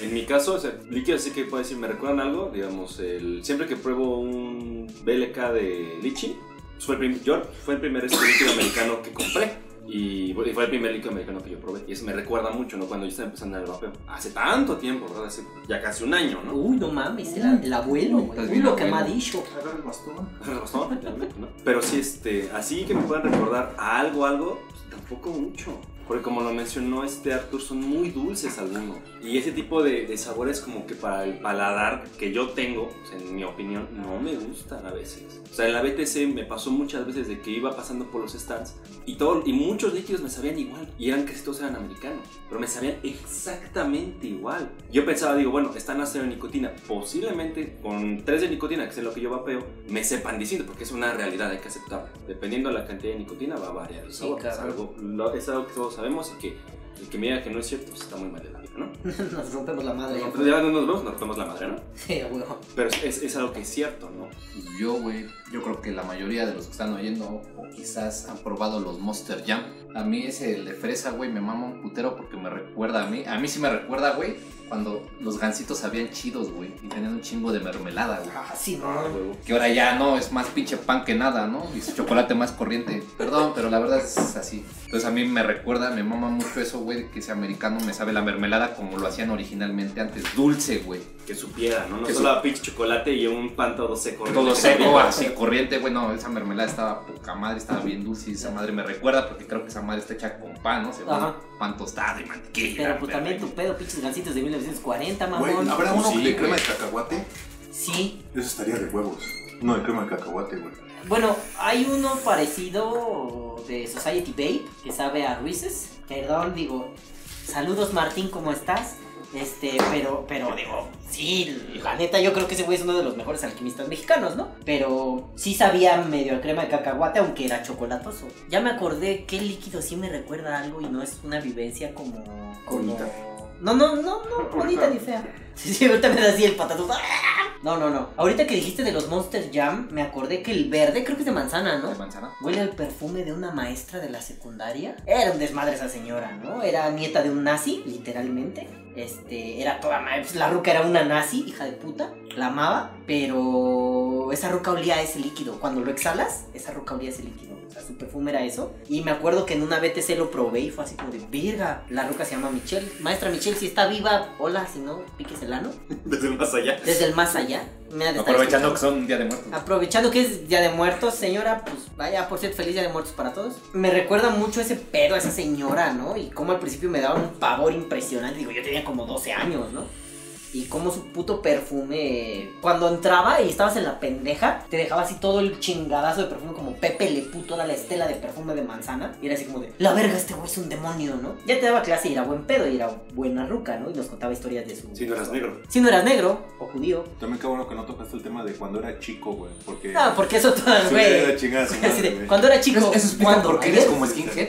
Speaker 4: en mi caso, o sea, líquido sí que puedo decir, me recuerdan algo, digamos, el, siempre que pruebo un BLK de lichi, pues fue el, prim- yo- fue el primer este líquido americano que compré. Y bueno, y fue el primer líquido americano que yo probé. Y eso me recuerda mucho, ¿no? Cuando yo estaba empezando en el vapeo. Hace tanto tiempo, ¿verdad? Hace ya casi un año, ¿no?
Speaker 2: Uy, no mames, el, el abuelo, güey.
Speaker 3: Estás
Speaker 2: Uy,
Speaker 3: bien
Speaker 2: lo que me ha
Speaker 3: abuelo.
Speaker 2: dicho.
Speaker 1: Agarra el bastón.
Speaker 4: Razón, realmente, ¿no? Pero sí, este, así que me puedan recordar a algo, algo, pues, tampoco mucho. Porque como lo mencionó este Arthur, son muy dulces algunos. Y ese tipo de, de sabores como que para el paladar que yo tengo, o sea, en mi opinión, no me gustan a veces. O sea, en la BTC me pasó muchas veces de que iba pasando por los stands y, todo, y muchos líquidos me sabían igual. Y eran que todos eran americanos. Pero me sabían exactamente igual. Yo pensaba, digo, bueno, están a cero de nicotina. Posiblemente con 3 de nicotina, que es lo que yo vapeo, me sepan diciendo, porque es una realidad, hay que aceptarla. Dependiendo de la cantidad de nicotina, va a variar el sabor. es,
Speaker 2: cabrón.
Speaker 4: algo, lo- es algo que todos sabemos y que El que mira que no es cierto, pues está muy mal de la vida, ¿no?
Speaker 2: Nos rompemos la madre.
Speaker 4: Entonces ya no nos vemos, nos tomamos la madre, ¿no?
Speaker 2: Sí, a huevo.
Speaker 4: Pero es, es, es algo que es cierto, ¿no?
Speaker 3: Pues yo, güey, yo creo que la mayoría de los que están oyendo o quizás han probado los Monster Jam. A mí ese el de fresa, güey, me mama un putero porque me recuerda a mí. A mí sí me recuerda, güey, cuando los gancitos sabían chidos, güey, y tenían un chingo de mermelada, güey.
Speaker 2: Ah, sí, no.
Speaker 3: Que ahora ya no, es más pinche pan que nada, ¿no? Y su chocolate más corriente. Perdón, pero la verdad es así. Entonces a mí me recuerda, me mama mucho eso, güey, que ese americano me sabe la mermelada como lo hacían originalmente antes. Dulce, güey.
Speaker 4: Que supiera, ¿no? No
Speaker 3: Que
Speaker 4: solo a pinche chocolate y un pan todo seco.
Speaker 3: Todo
Speaker 4: Que
Speaker 3: seco,
Speaker 4: sepa.
Speaker 3: así corriente, güey. No, esa mermelada estaba poca madre, estaba bien dulce. Y esa madre me recuerda porque creo que esa madre está hecha con pan, ¿no? Se
Speaker 2: Ajá.
Speaker 3: pan tostado y mantequilla.
Speaker 2: Pero pues
Speaker 3: verga.
Speaker 2: también tu pedo, pinches gancitos de 1940,
Speaker 1: Güey,
Speaker 2: mamón.
Speaker 1: ¿habrá uno
Speaker 3: Sí,
Speaker 1: de
Speaker 3: güey.
Speaker 1: crema de cacahuate?
Speaker 2: Sí.
Speaker 1: Eso estaría de huevos. No, de crema de cacahuate, güey.
Speaker 2: Bueno, hay uno parecido de Society Babe que sabe a Reese's. Perdón, digo, saludos Martín, ¿cómo estás? Este, pero, pero digo, sí, la neta, yo creo que ese güey es uno de los mejores alquimistas mexicanos, ¿no? Pero sí sabía medio a crema de cacahuate, aunque era chocolatoso. Ya me acordé qué líquido sí me recuerda a algo y no es una vivencia como. como-
Speaker 1: Bonita.
Speaker 2: No, no, no, no, bonita ni fea. Sí, sí, ahorita me da así el patatús. No, no, no. Ahorita que dijiste de los Monster Jam, me acordé que el verde creo que es de manzana, ¿no?
Speaker 3: ¿De manzana?
Speaker 2: Huele al perfume de una maestra de la secundaria. Era un desmadre esa señora, ¿no? Era nieta de un nazi, literalmente. Este, era toda ma- pues, La ruca era una nazi, hija de puta. La amaba, pero esa ruca olía a ese líquido. Cuando lo exhalas, esa ruca olía a ese líquido. O sea, su perfume era eso. Y me acuerdo que en una BTC lo probé y fue así como de, virga, la ruca se llama Michelle. Maestra Michelle, si está viva, hola, si no, piques el ano.
Speaker 4: Desde más allá.
Speaker 2: Desde el más allá. me ha de estar
Speaker 3: Aprovechando que son un día de muertos.
Speaker 2: Aprovechando que es Día de Muertos, señora, pues vaya, por cierto, feliz Día de Muertos para todos. Me recuerda mucho ese pedo a esa señora, ¿no? Y cómo al principio me daba un pavor impresionante. Digo, yo tenía como 12 años, ¿no? Y cómo su puto perfume, cuando entraba y estabas en la pendeja, te dejaba así todo el chingadazo de perfume, como Pepe Le puto toda la estela de perfume de manzana. Y era así como de, la verga, este güey es un demonio, ¿no? Ya te daba clase y era buen pedo y era buena ruca, ¿no? Y nos contaba historias de su.
Speaker 4: Si no eras negro.
Speaker 2: Si no eras negro o judío.
Speaker 1: También qué bueno que no tocaste el tema de cuando era chico, güey. Porque.
Speaker 2: Ah, porque eso todas,
Speaker 1: se
Speaker 2: güey.
Speaker 1: hubiera ido a chingar a su
Speaker 2: Así de,
Speaker 1: madre, güey.
Speaker 2: cuando era chico,
Speaker 3: Eso, eso explica
Speaker 2: ¿cuándo?
Speaker 3: por qué
Speaker 2: ¿Ayer?
Speaker 3: eres como skinhead.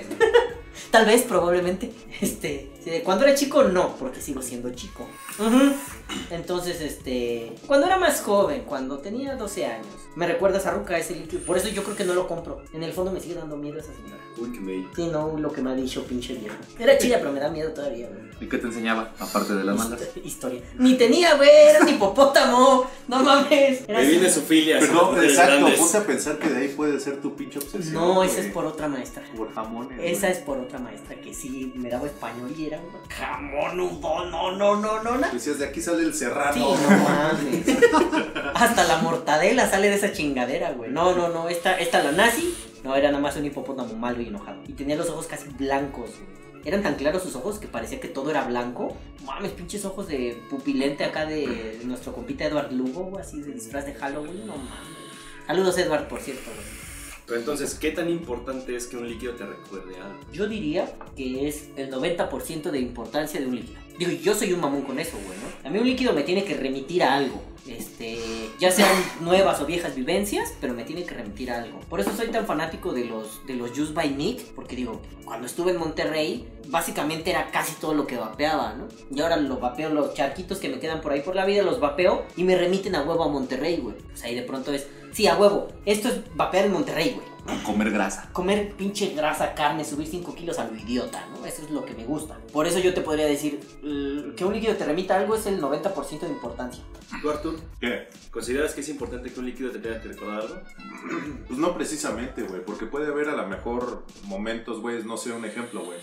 Speaker 2: Tal vez, probablemente. Este, sí, de cuando era chico, no, porque sigo siendo chico. Ujú. Entonces, este, cuando era más joven, cuando tenía 12 años, me recuerda a esa ruca, a ese líquido. Por eso yo creo que no lo compro. En el fondo me sigue dando miedo esa señora.
Speaker 4: Uy, que me.
Speaker 2: Sí, no lo que me ha dicho pinche viejo. Era chida, pero me da miedo todavía, güey.
Speaker 3: ¿Y qué te enseñaba? Aparte de las malas.
Speaker 2: Histo- Historia. Ni tenía, güey, era un hipopótamo. No mames. Era
Speaker 4: Me
Speaker 2: así.
Speaker 4: viene su filia.
Speaker 1: Perdón,
Speaker 4: Sócrates
Speaker 1: exacto.
Speaker 4: Hernández.
Speaker 1: Ponte a pensar que de ahí puede ser tu pinche obsesión.
Speaker 2: No, esa
Speaker 1: güey.
Speaker 2: es por otra maestra.
Speaker 1: Por jamones.
Speaker 2: Esa es por otra maestra que sí me daba español y era un jamonudo, no, no, no, no, no.
Speaker 1: Decías, Pues de aquí sale el serrano.
Speaker 2: Sí, no mames. Hasta la mortadela sale de esa chingadera, güey. No, no, no, esta, esta la nazi, no, era nada más un hipopótamo malo y enojado. Y tenía los ojos casi blancos, güey. Eran tan claros sus ojos que parecía que todo era blanco. Mames, pinches ojos de pupilente acá de, de nuestro compita Edward Lugo, güey, así de disfraz de Halloween, no mames. Saludos, Edward, por cierto, güey.
Speaker 4: Pero entonces, ¿qué tan importante es que un líquido te recuerde a algo?
Speaker 2: Yo diría que es el 90% de importancia de un líquido. Digo, yo soy un mamón con eso, güey, ¿no? A mí un líquido me tiene que remitir a algo. Este, ya sean nuevas o viejas vivencias, pero me tiene que remitir a algo. Por eso soy tan fanático de los de los Juice by Nick, porque digo, cuando estuve en Monterrey, básicamente era casi todo lo que vapeaba, ¿no? Y ahora lo vapeo, los charquitos que me quedan por ahí por la vida, los vapeo y me remiten a huevo a Monterrey, güey. Pues ahí de pronto es, sí, a huevo, esto es vapear en Monterrey, güey
Speaker 3: Comer grasa.
Speaker 2: comer pinche grasa, carne, subir 5 kilos a lo idiota, ¿no? Eso es lo que me gusta. Por eso yo te podría decir eh, que un líquido te remita a algo es el 90% de importancia.
Speaker 4: ¿Tú, Artur,
Speaker 1: ¿Qué?
Speaker 4: consideras que es importante que un líquido te tenga que recordar algo?
Speaker 1: Pues no precisamente, güey. Porque puede haber a lo mejor momentos, güey. No sé, un ejemplo, güey.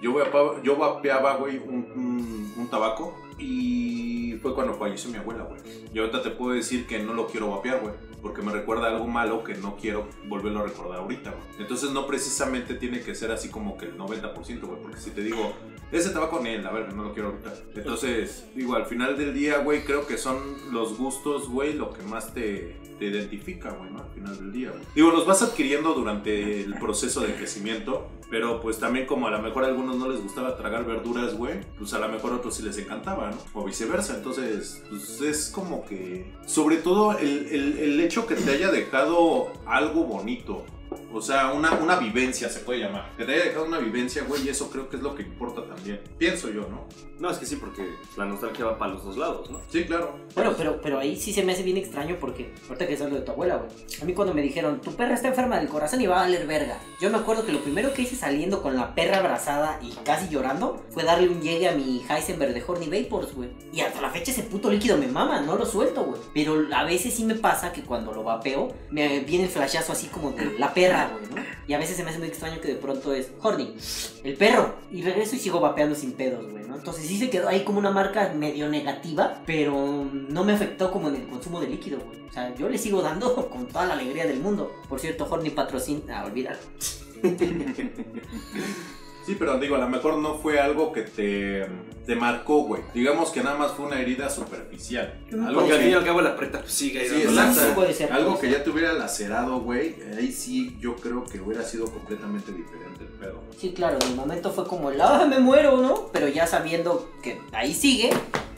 Speaker 1: Yo, vapeaba- yo vapeaba, güey, un, un- un tabaco. Y fue cuando falleció mi abuela, güey. Y ahorita te puedo decir que no lo quiero vapear, güey. Porque me recuerda algo malo que no quiero volverlo a recordar ahorita, güey. Entonces no precisamente tiene que ser así como que el 90%, güey. Porque si te digo, ese tabaco ni él, la verga, no lo quiero ahorita. Entonces, digo, al final del día, güey, creo que son los gustos, güey, lo que más te, te identifica, güey, ¿no? Al final del día, güey. Digo, los vas adquiriendo durante el proceso de crecimiento, pero pues también como a lo mejor a algunos no les gustaba tragar verduras, güey, pues a lo mejor a otros sí les encantaba, ¿no? O viceversa. Entonces, pues es como que... Sobre todo el, el- el hecho que te haya dejado algo bonito O sea, una, una vivencia se puede llamar. Que te haya dejado una vivencia, güey, y eso creo que es lo que importa también. Pienso yo, ¿no?
Speaker 4: No, es que sí, porque la nostalgia va para los dos lados, ¿no?
Speaker 1: Sí, claro.
Speaker 2: Bueno, pero, pero ahí sí se me hace bien extraño porque ahorita que es lo de tu abuela, güey. A mí cuando me dijeron, tu perra está enferma del corazón y va a valer verga. Yo me acuerdo que lo primero que hice saliendo con la perra abrazada y casi llorando fue darle un llegue a mi Heisenberg de Horny Vapors, güey. Y hasta la fecha ese puto líquido me mama, no lo suelto, güey. Pero a veces sí me pasa que cuando lo vapeo me viene el flashazo así como de la perra, güey, ¿no? Y a veces se me hace muy extraño que de pronto es Horny, el perro. Y regreso y sigo vapeando sin pedos, güey, ¿no? Entonces sí se quedó ahí como una marca medio negativa, pero no me afectó como en el consumo de líquido, güey. O sea, yo le sigo dando con toda la alegría del mundo. Por cierto, Horny patrocina, ah, olvídalo.
Speaker 1: Sí, pero digo, a lo mejor no fue algo que te, te marcó, güey. Digamos que nada más fue una herida superficial. Algo
Speaker 4: Porque al fin y
Speaker 1: que,
Speaker 4: al cabo la preta pues, sigue ahí
Speaker 1: Sí,
Speaker 4: dando
Speaker 1: exacto.
Speaker 4: lata.
Speaker 2: Sí, puede ser.
Speaker 1: algo que ya te hubiera lacerado, güey. Ahí sí yo creo que hubiera sido completamente diferente el pedo.
Speaker 2: Sí, claro, en el momento fue como el, ah, me muero, ¿no? Pero ya sabiendo que ahí sigue,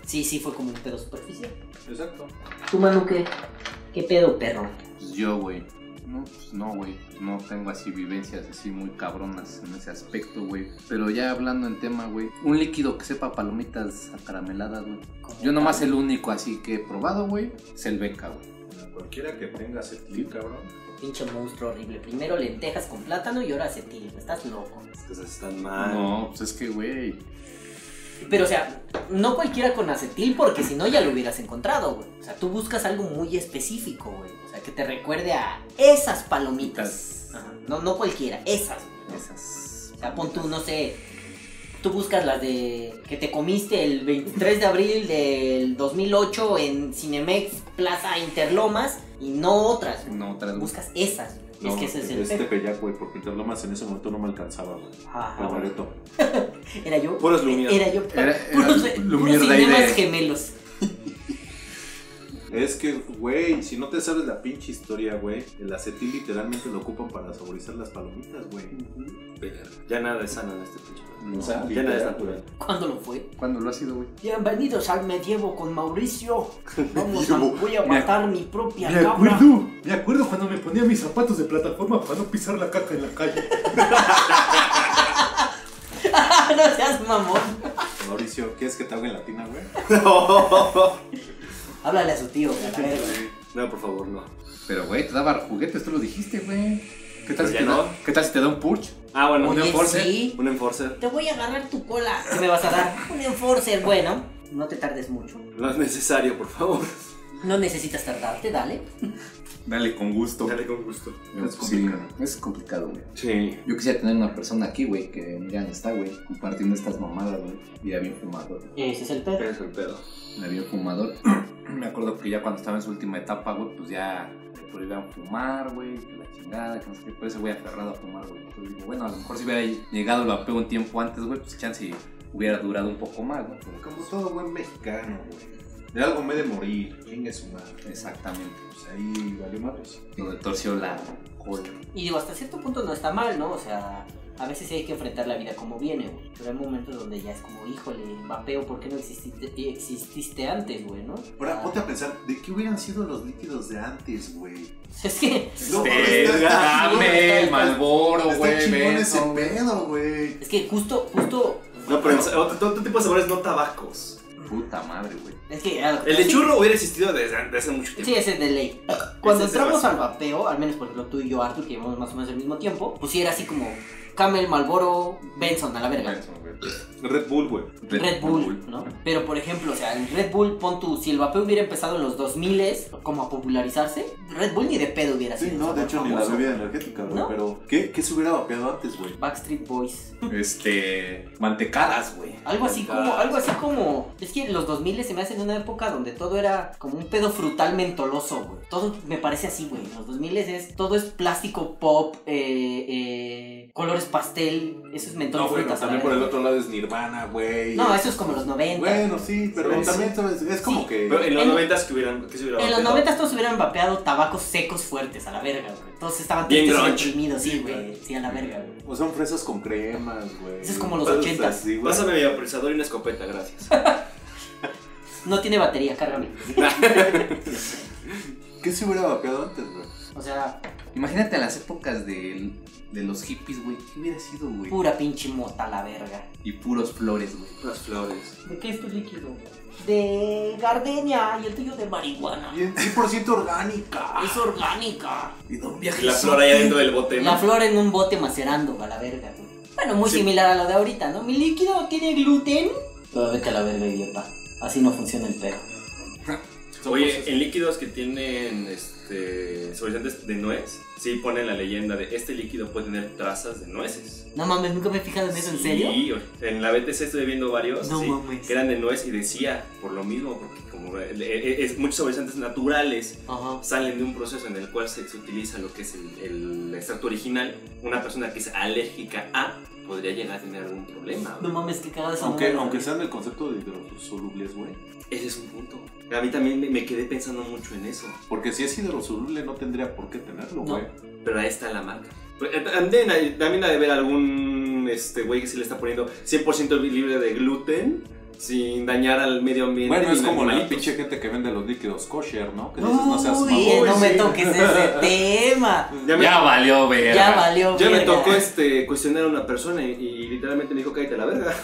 Speaker 2: sí, sí fue como un pedo superficial.
Speaker 1: Exacto.
Speaker 2: ¿Tú, Manu, qué? ¿Qué pedo, perro?
Speaker 3: Pues yo, güey. No, pues no, güey. No tengo así vivencias así muy cabronas en ese aspecto, güey. Pero ya hablando en tema, güey. Un líquido que sepa palomitas acarameladas, güey. Yo nomás el único así que he probado, güey, es el Beca, güey.
Speaker 1: Cualquiera que tenga cetil, cabrón.
Speaker 2: Pinche monstruo horrible. Primero lentejas con plátano y ahora acetil. Estás loco.
Speaker 4: Las cosas están
Speaker 7: Ah.
Speaker 4: mal.
Speaker 3: No, pues es que, güey.
Speaker 2: Pero, o sea, no cualquiera con acetil porque si no ya lo hubieras encontrado, güey. O sea, tú buscas algo muy específico, güey. O sea, que te recuerde a esas palomitas. Ajá. No, no cualquiera, esas. ¿no?
Speaker 3: Esas.
Speaker 2: O sea, pon tú, no sé. Tú buscas las de que te comiste el 23 de abril del 2008 en Cinemex Plaza Interlomas y no otras. güey.
Speaker 3: No, otras güey.
Speaker 2: Buscas esas. güey. es que ese es el
Speaker 1: este
Speaker 2: pedo. Ah,
Speaker 1: pellac, güey, porque Interlomas en ese momento no me alcanzaba, güey.
Speaker 2: Ajá,
Speaker 1: El
Speaker 2: güey.
Speaker 1: boleto.
Speaker 2: Era yo.
Speaker 4: Puros Lumière.
Speaker 2: Era yo.
Speaker 3: Era- era
Speaker 2: puros
Speaker 3: Lumière
Speaker 2: puros
Speaker 3: de ahí de-
Speaker 2: cinemas gemelos.
Speaker 1: Es que, güey, si no te sabes la pinche historia, güey, el acetil literalmente lo ocupan para saborizar las palomitas, güey.
Speaker 4: Ya nada es sano en este pinche. planeta.
Speaker 3: No.
Speaker 1: O sea,
Speaker 4: Ya nada es
Speaker 1: literal,
Speaker 4: natural.
Speaker 2: ¿Cuándo lo fue?
Speaker 3: ¿Cuándo lo ha sido, güey?
Speaker 2: Bienvenidos al medievo con Mauricio. Vamos a,
Speaker 3: Medievo.
Speaker 2: voy a
Speaker 3: Me ac-
Speaker 2: matar mi propia
Speaker 7: Me
Speaker 2: cabra.
Speaker 7: acuerdo, me acuerdo cuando me ponía mis zapatos de plataforma para no pisar la caca en la calle.
Speaker 2: no seas mamón.
Speaker 1: Mauricio, ¿quieres que te haga en latina, güey?
Speaker 2: Háblale a su tío. a la verga.
Speaker 4: No, por favor, no.
Speaker 3: Pero, güey, te daba juguetes, tú lo dijiste, güey. ¿Qué
Speaker 4: Pero
Speaker 3: tal, si
Speaker 4: ya
Speaker 3: te
Speaker 4: no.
Speaker 3: da, ¿Qué tal si te da un purch?
Speaker 4: Ah, bueno,
Speaker 3: Un
Speaker 4: un
Speaker 2: Oye,
Speaker 3: enforcer.
Speaker 2: sí.
Speaker 4: Un enforcer.
Speaker 2: Te voy a agarrar tu cola. ¿Qué me vas a dar? Un enforcer. Bueno, no te tardes mucho.
Speaker 4: No es necesario, por favor.
Speaker 2: No necesitas tardarte, dale.
Speaker 3: Dale con gusto.
Speaker 4: Dale con gusto.
Speaker 3: Es complicado. es complicado, güey.
Speaker 4: Sí.
Speaker 3: Yo quisiera tener una persona aquí, güey, que mira, está, güey, compartiendo estas mamadas, güey. Y era bien fumador.
Speaker 2: Ese es el perro.
Speaker 4: Es el pedo.
Speaker 3: Era bien fumador. Me acuerdo que ya cuando estaba en su última etapa, güey, pues ya le prohibían fumar, güey, que la chingada, que no sé qué. Por eso, güey, aferrado a fumar, güey. Entonces digo, bueno, a lo mejor si hubiera llegado el vapeo un tiempo antes, güey, pues chance y hubiera durado un poco más, ¿no? Pero-
Speaker 1: Como todo buen mexicano, güey. De algo me he de morir. ¿Quién es una?
Speaker 3: exactamente.
Speaker 1: Pues ahí valió madres.
Speaker 3: Donde torció la cola.
Speaker 2: Y digo, hasta cierto punto no está mal, ¿no? O sea, a veces sí hay que enfrentar la vida como viene, güey. Pero hay momentos donde ya es como, híjole, vapeo, ¿por qué no exististe, exististe antes, güey, no? Ah,
Speaker 1: Ahora, ponte a pensar, ¿de qué hubieran sido los líquidos de antes, güey?
Speaker 2: Es que,
Speaker 1: No,
Speaker 3: Verga,
Speaker 1: güey,
Speaker 3: el Malboro,
Speaker 1: Está
Speaker 3: güey,
Speaker 1: este chingón ese
Speaker 3: Benson, güey.
Speaker 1: pedo, güey.
Speaker 2: es que justo, justo...
Speaker 4: No, pero en- otro, otro tipo de sabores no tabacos.
Speaker 3: Puta madre, güey.
Speaker 2: Es que... ah,
Speaker 4: El de
Speaker 2: sí,
Speaker 4: churro hubiera existido desde, desde hace mucho tiempo.
Speaker 2: Sí, ese es de ley. Cuando
Speaker 4: Ese es de
Speaker 2: entramos
Speaker 4: base.
Speaker 2: al vapeo, al menos por ejemplo tú y yo, Arthur, que llevamos más o menos el mismo tiempo, pues sí era así como Camel, Malboro, Benson, a la verga.
Speaker 3: Benson, güey.
Speaker 1: Red Bull, güey.
Speaker 2: Red Bull, ¿no? Pero por ejemplo, o sea, el Red Bull, pon tú, si el vapeo hubiera empezado en los 2000 como a popularizarse, Red Bull ni de pedo hubiera
Speaker 1: Sí,
Speaker 2: sido.
Speaker 1: no, de hecho ni la
Speaker 2: famoso.
Speaker 1: bebida energética, güey.
Speaker 2: ¿No?
Speaker 1: Pero, ¿qué, ¿qué se hubiera vapeado antes, güey?
Speaker 2: Backstreet Boys.
Speaker 3: Este. Mantecadas, güey.
Speaker 2: Algo así como, algo así como, es que los 2000 se me hacen una época donde todo era como un pedo frutal mentoloso, güey. Todo me parece así, güey. Los 2000 es, todo es plástico pop, eh, eh, colores pastel, eso es mentol
Speaker 1: No,
Speaker 2: frutas.
Speaker 1: bueno,
Speaker 2: a
Speaker 1: también
Speaker 2: la
Speaker 1: por el
Speaker 2: verga.
Speaker 1: otro lado es Nirvana, güey.
Speaker 2: No, eso es como los 90.
Speaker 1: Bueno, sí, pero
Speaker 4: Sí.
Speaker 1: también sabes, es como
Speaker 2: Sí.
Speaker 1: que.
Speaker 4: Pero en los
Speaker 2: En-
Speaker 4: noventas que hubieran, que se hubiera
Speaker 2: En los
Speaker 4: vapeado.
Speaker 2: 90 todos hubieran vapeado tabacos secos fuertes, a la verga, güey. Todos estaban
Speaker 4: Bien
Speaker 2: tristes y
Speaker 4: grunge.
Speaker 2: deprimidos, sí, güey. Sí, a la verga, güey.
Speaker 1: O son fresas con cremas, güey.
Speaker 2: Eso es como los
Speaker 1: Cosas
Speaker 2: ochentas.
Speaker 1: así, güey.
Speaker 4: Pásame mi vaporizador y una escopeta, gracias.
Speaker 2: No tiene batería, cárgame.
Speaker 1: ¿Qué se hubiera vapeado antes, güey?
Speaker 2: O sea,
Speaker 3: Imagínate en las épocas de, de los hippies, güey. ¿Qué hubiera sido, güey?
Speaker 2: Pura pinche mota la verga.
Speaker 3: Y puros flores, güey.
Speaker 4: Las flores.
Speaker 2: ¿De qué es tu líquido? De gardenia y el tuyo de marihuana.
Speaker 1: Y en 100% orgánica.
Speaker 2: Es orgánica.
Speaker 1: Y da un
Speaker 4: Y
Speaker 1: viaje.
Speaker 4: la flor allá dentro del bote, ¿no?
Speaker 2: La flor en un bote macerando, a la verga, güey. Bueno, muy
Speaker 4: Sí.
Speaker 2: similar a lo de ahorita, ¿no? Mi líquido tiene gluten. Todo vete a la verga, idiota. Así no funciona el pedo.
Speaker 4: Oye, en líquidos que tienen este saborizantes de nuez, sí ponen la leyenda de este líquido puede tener trazas de nueces.
Speaker 2: No mames, nunca me he fijado en eso, ¿en
Speaker 4: Sí,
Speaker 2: serio?
Speaker 4: o- en la BTC estuve viendo varios
Speaker 2: No
Speaker 4: sí,
Speaker 2: mames.
Speaker 4: que eran de nuez y decía por lo mismo, porque como eh, eh, es, muchos saborizantes naturales
Speaker 2: Ajá.
Speaker 4: salen de un proceso en el cual se, se utiliza lo que es el, el extracto original, una persona que es alérgica a podría llegar a tener algún problema.
Speaker 2: No mames, que cagada esa
Speaker 1: Aunque,
Speaker 2: madre.
Speaker 1: aunque sean del concepto de hidrosolubles, güey.
Speaker 4: Ese es un punto. A mí también me, me quedé pensando mucho en eso.
Speaker 1: Porque si es hidrosoluble no tendría por qué tenerlo,
Speaker 2: No.
Speaker 1: güey.
Speaker 4: Pero ahí está la marca. Pero, eh, También hay, también ha de haber algún este güey que se le está poniendo 100% libre de gluten sin dañar al medio ambiente.
Speaker 1: Bueno,
Speaker 4: ni
Speaker 1: es
Speaker 4: de
Speaker 1: como la
Speaker 4: animalitos.
Speaker 1: pinche gente que vende los líquidos kosher, ¿no? Que
Speaker 2: Uy,
Speaker 1: dices, no seas
Speaker 2: eh,
Speaker 1: mamón.
Speaker 2: no
Speaker 4: sí.
Speaker 2: me toques ese tema.
Speaker 4: Ya me,
Speaker 3: Ya valió, verga.
Speaker 2: Ya valió.
Speaker 4: ya me
Speaker 2: verga.
Speaker 4: tocó este, cuestionar a una persona y, y literalmente me dijo cállate a la verga.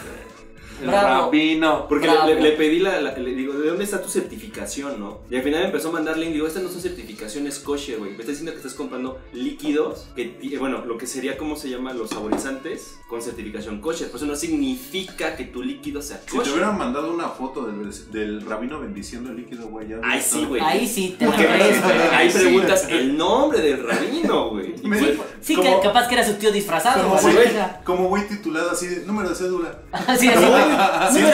Speaker 1: El
Speaker 2: Bravo.
Speaker 1: rabino.
Speaker 4: Porque
Speaker 2: Bravo.
Speaker 4: le, le- le pedí la, la- Le digo, ¿de dónde está tu certificación, no? Y al final empezó a mandar link. Digo, estas no son certificaciones kosher, güey. Me estás diciendo que estás comprando líquidos. Que, ti- bueno, lo que sería, ¿cómo se llama? Los saborizantes con certificación kosher. Pero eso no significa que tu líquido sea
Speaker 1: Si te
Speaker 4: kosher.
Speaker 1: hubieran mandado una foto del, del rabino bendiciendo el líquido, güey, ya.
Speaker 4: Ay, sí, güey.
Speaker 2: Ahí sí te la
Speaker 4: Porque
Speaker 2: ves, güey.
Speaker 4: ahí
Speaker 3: Sí.
Speaker 4: preguntas el nombre del rabino, güey. Y
Speaker 1: Me-
Speaker 4: fue-
Speaker 2: Sí,
Speaker 1: como-
Speaker 2: que capaz que era su tío disfrazado.
Speaker 1: Como
Speaker 2: a la
Speaker 1: güey,
Speaker 2: verga.
Speaker 1: como güey titulado así de número de cédula.
Speaker 2: Así es. Número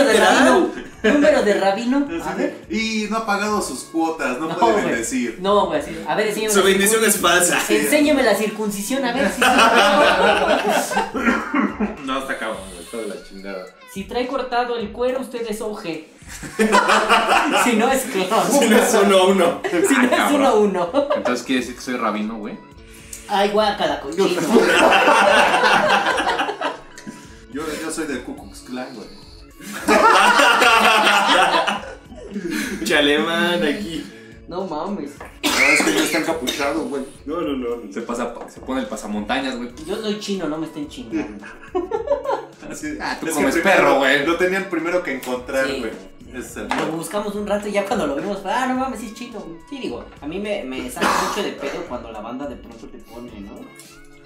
Speaker 2: de rabino. Número de rabino. A ver.
Speaker 1: Y no ha pagado sus cuotas, no,
Speaker 2: No,
Speaker 1: puede
Speaker 2: güey.
Speaker 1: bendecir.
Speaker 2: No, güey, así. A ver, enséñame.
Speaker 4: Su
Speaker 2: la
Speaker 4: bendición
Speaker 2: circun-
Speaker 4: es falsa.
Speaker 2: Enséñame la circuncisión, a ver si. sí.
Speaker 1: No, está cabrón, güey, está de la chingada.
Speaker 2: Si trae cortado el cuero, usted es OG. si no es clon.
Speaker 4: Si no es uno a uno.
Speaker 2: Si no es uno a uno.
Speaker 3: Entonces quiere decir que soy rabino, güey.
Speaker 2: Ay, guácala, cochino.
Speaker 1: Yo, yo soy del Ku Klux Klan, güey.
Speaker 4: Chalemán aquí.
Speaker 2: No mames.
Speaker 1: No, es que yo está encapuchado, güey.
Speaker 4: No, no, no.
Speaker 3: Se, pasa, se pone el pasamontañas, güey.
Speaker 2: Yo soy chino, no me estén chingando.
Speaker 1: Así-
Speaker 3: Ah, tú
Speaker 1: es que
Speaker 3: comes
Speaker 1: primero
Speaker 3: perro, güey.
Speaker 1: Lo tenían primero que encontrar,
Speaker 2: Sí.
Speaker 1: güey. Ese es el
Speaker 2: Lo buscamos un rato y ya cuando lo vimos, fue, ah, no mames, sí es chino. güey". Sí, digo, a mí me, me saca mucho de pedo cuando la banda de pronto te pone, ¿no?